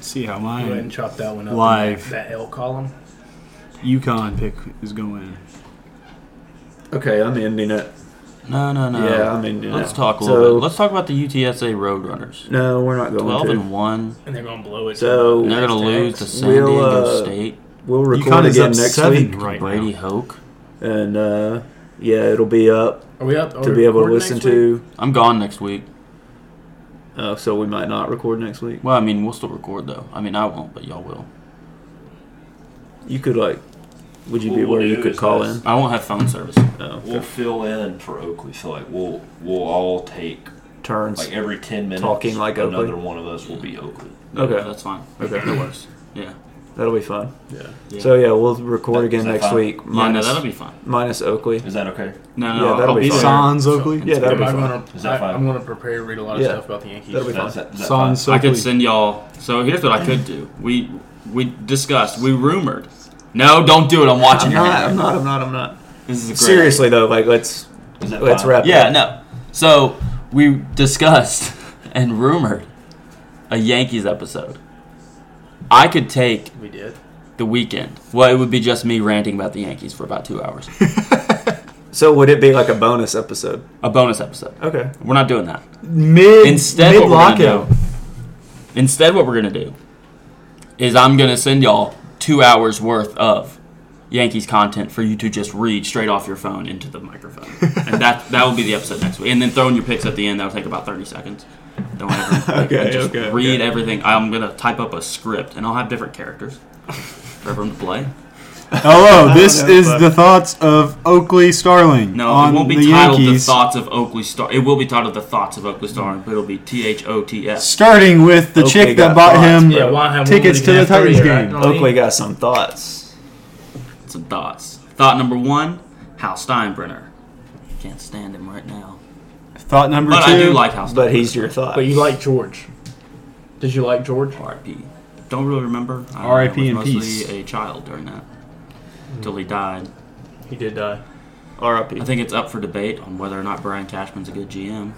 Speaker 1: See how
Speaker 2: Go ahead and
Speaker 1: mine
Speaker 2: chop that one up.
Speaker 1: Live.
Speaker 2: That L column.
Speaker 1: UConn pick is going.
Speaker 3: Okay, I'm ending it.
Speaker 4: No, no, no.
Speaker 3: Yeah, I'm ending
Speaker 4: Let's
Speaker 3: it.
Speaker 4: talk a
Speaker 3: so,
Speaker 4: little bit. Let's talk about the UTSA Roadrunners.
Speaker 3: No, we're not going
Speaker 4: Twelve
Speaker 3: to.
Speaker 4: and one.
Speaker 2: And they're going to blow it.
Speaker 3: So-
Speaker 4: They're gonna lose to San
Speaker 3: We'll,
Speaker 4: Diego
Speaker 3: uh,
Speaker 4: State.
Speaker 3: We'll record
Speaker 1: UConn is
Speaker 3: again
Speaker 1: up
Speaker 3: next
Speaker 1: seven
Speaker 3: week,
Speaker 1: right
Speaker 4: Brady
Speaker 1: now.
Speaker 4: Hoke.
Speaker 3: and uh, yeah, it'll be up
Speaker 2: Are we up? Are
Speaker 3: to
Speaker 2: we
Speaker 3: be able to
Speaker 2: Oh, recording
Speaker 3: listen
Speaker 2: next week?
Speaker 3: to.
Speaker 4: I'm gone next week.
Speaker 3: Uh, so we might not record next week.
Speaker 4: Well, I mean, we'll still record though. I mean, I won't, but y'all will.
Speaker 3: You could like, would you be
Speaker 6: What we'll
Speaker 3: where you
Speaker 6: do
Speaker 3: could
Speaker 6: is
Speaker 3: call Oh,
Speaker 6: this.
Speaker 3: in?
Speaker 4: I won't have phone service.
Speaker 3: No,
Speaker 6: We'll fill in for Oakley. So like we'll we'll all take
Speaker 3: turns.
Speaker 6: like every ten minutes.
Speaker 3: Talking like Oakley?
Speaker 6: another one of us will be Oakley.
Speaker 3: Okay.
Speaker 4: that's fine.
Speaker 3: Okay.
Speaker 4: no worries. Yeah.
Speaker 3: That'll be fun.
Speaker 8: Yeah.
Speaker 4: Yeah.
Speaker 3: So yeah, we'll record
Speaker 6: That-
Speaker 3: again
Speaker 6: is that
Speaker 3: next
Speaker 6: fine?
Speaker 3: week.
Speaker 4: yeah, no,
Speaker 3: Minus,
Speaker 4: that'll be fine.
Speaker 3: minus Oakley.
Speaker 6: Is that okay?
Speaker 4: No,
Speaker 3: Yeah,
Speaker 4: no,
Speaker 3: that'll
Speaker 4: I'll
Speaker 3: be
Speaker 4: be
Speaker 3: fine.
Speaker 4: there.
Speaker 1: Sans Oakley.
Speaker 3: Yeah, that'll
Speaker 2: Am
Speaker 3: be
Speaker 2: I
Speaker 3: fine.
Speaker 2: gonna,
Speaker 6: Is that
Speaker 2: I,
Speaker 6: fine?
Speaker 2: I'm going to prepare to read a lot of
Speaker 3: Yeah.
Speaker 2: stuff about the Yankees.
Speaker 3: That'll be
Speaker 6: Is that- is
Speaker 3: fine.
Speaker 6: that- is that fine?
Speaker 1: Sans
Speaker 4: I
Speaker 1: Oakley.
Speaker 4: could send y'all. So here's what I could do. We we discussed. We rumored. No, don't do it. I'm watching
Speaker 3: I'm
Speaker 4: your
Speaker 3: not.
Speaker 4: hand.
Speaker 3: I'm not. I'm not. I'm not.
Speaker 4: This is a great.
Speaker 3: Seriously though, like let's
Speaker 6: Is that
Speaker 3: let's
Speaker 6: fine?
Speaker 3: wrap. it
Speaker 4: Yeah,
Speaker 3: up.
Speaker 4: no. So we discussed and rumored a Yankees episode. I could take
Speaker 2: We did.
Speaker 4: the weekend. Well, it would be just me ranting about the Yankees for about two hours.
Speaker 3: So would it be like a bonus episode?
Speaker 4: a bonus episode.
Speaker 3: Okay.
Speaker 4: We're not doing that.
Speaker 1: Mid
Speaker 4: Instead,
Speaker 1: mid
Speaker 4: what we're gonna
Speaker 1: lockout.
Speaker 4: do, instead, what we're gonna do is I'm gonna send y'all two hours worth of Yankees content for you to just read straight off your phone into the microphone, and that that will be the episode next week. And then throwing your picks at the end that'll take about thirty seconds. Don't ever,
Speaker 3: Okay,
Speaker 4: just
Speaker 3: okay,
Speaker 4: read
Speaker 3: okay.
Speaker 4: everything. I'm gonna type up a script, and I'll have different characters for everyone to play.
Speaker 1: Hello, Oh, this
Speaker 3: know,
Speaker 1: is
Speaker 3: but-
Speaker 1: the thoughts of Oakley Starling.
Speaker 4: No,
Speaker 1: on
Speaker 4: it won't be
Speaker 1: the
Speaker 4: titled
Speaker 1: Yankees,
Speaker 4: "The Thoughts of Oakley Star." It will be titled "The Thoughts of Oakley Star," but it'll be T H O T S.
Speaker 1: Starting with the
Speaker 3: Oakley
Speaker 1: chick that
Speaker 3: got
Speaker 1: bought
Speaker 3: thoughts,
Speaker 1: him
Speaker 2: Yeah, why have
Speaker 1: tickets to the Titans game.
Speaker 3: Oakley got some thoughts.
Speaker 4: Some thoughts. Thought number one: Hal Steinbrenner. Can't stand him right now,
Speaker 1: Thought number
Speaker 4: but
Speaker 1: two.
Speaker 4: I do like Hal.
Speaker 3: But he's your thought.
Speaker 2: But you like George. Did you like George?
Speaker 4: R.I.P. Don't really remember. I
Speaker 1: R.I.P.
Speaker 4: was
Speaker 1: in
Speaker 4: mostly
Speaker 1: peace.
Speaker 4: a child during that, till he died.
Speaker 2: He did uh, die.
Speaker 4: I
Speaker 3: R.I.P.
Speaker 4: think it's up for debate on whether or not Brian Cashman's a good GM.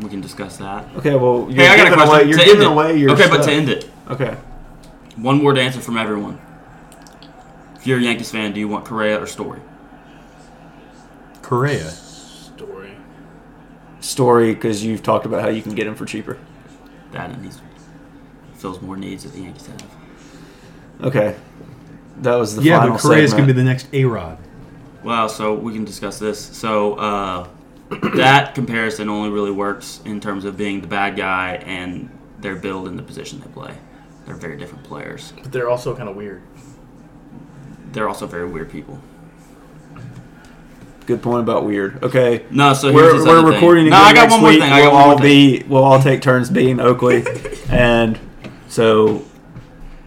Speaker 4: We can discuss that.
Speaker 3: Okay, well you're
Speaker 4: Hey, I got a
Speaker 3: giving
Speaker 4: question.
Speaker 3: away you're
Speaker 4: to
Speaker 3: giving
Speaker 4: end it.
Speaker 3: away your
Speaker 4: okay,
Speaker 3: stuff.
Speaker 4: but to end it,
Speaker 3: Okay.
Speaker 4: one word answer from everyone. If you're a Yankees fan, do you want Correa or Story?
Speaker 1: Correa.
Speaker 2: Story.
Speaker 3: Story because you've talked about how you can get him for cheaper.
Speaker 4: That and he's fills more needs that the Yankees have.
Speaker 3: Okay. That was the
Speaker 1: yeah,
Speaker 3: final
Speaker 1: but Correa's
Speaker 3: segment.
Speaker 1: gonna be the next A Rod.
Speaker 4: Wow, so we can discuss this. So uh, that comparison only really works in terms of being the bad guy and their build and the position they play. They're very different players.
Speaker 2: But they're also kind of weird.
Speaker 4: They're also very weird people.
Speaker 3: Good point about weird. Okay.
Speaker 4: No, so here's
Speaker 3: we're
Speaker 4: this
Speaker 3: we're
Speaker 4: other
Speaker 3: recording
Speaker 4: Thing.
Speaker 3: again
Speaker 4: No, I got
Speaker 3: next
Speaker 4: one more
Speaker 3: week.
Speaker 4: thing.
Speaker 3: We'll
Speaker 4: I got one
Speaker 3: all
Speaker 4: more thing.
Speaker 3: be we'll all take turns being Oakley, and so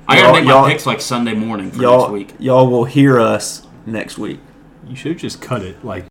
Speaker 4: I gotta
Speaker 3: y'all-
Speaker 4: make
Speaker 3: y'all-
Speaker 4: my picks like Sunday morning for next
Speaker 3: y'all
Speaker 4: week.
Speaker 3: y'all will hear us next week.
Speaker 1: You should just cut it like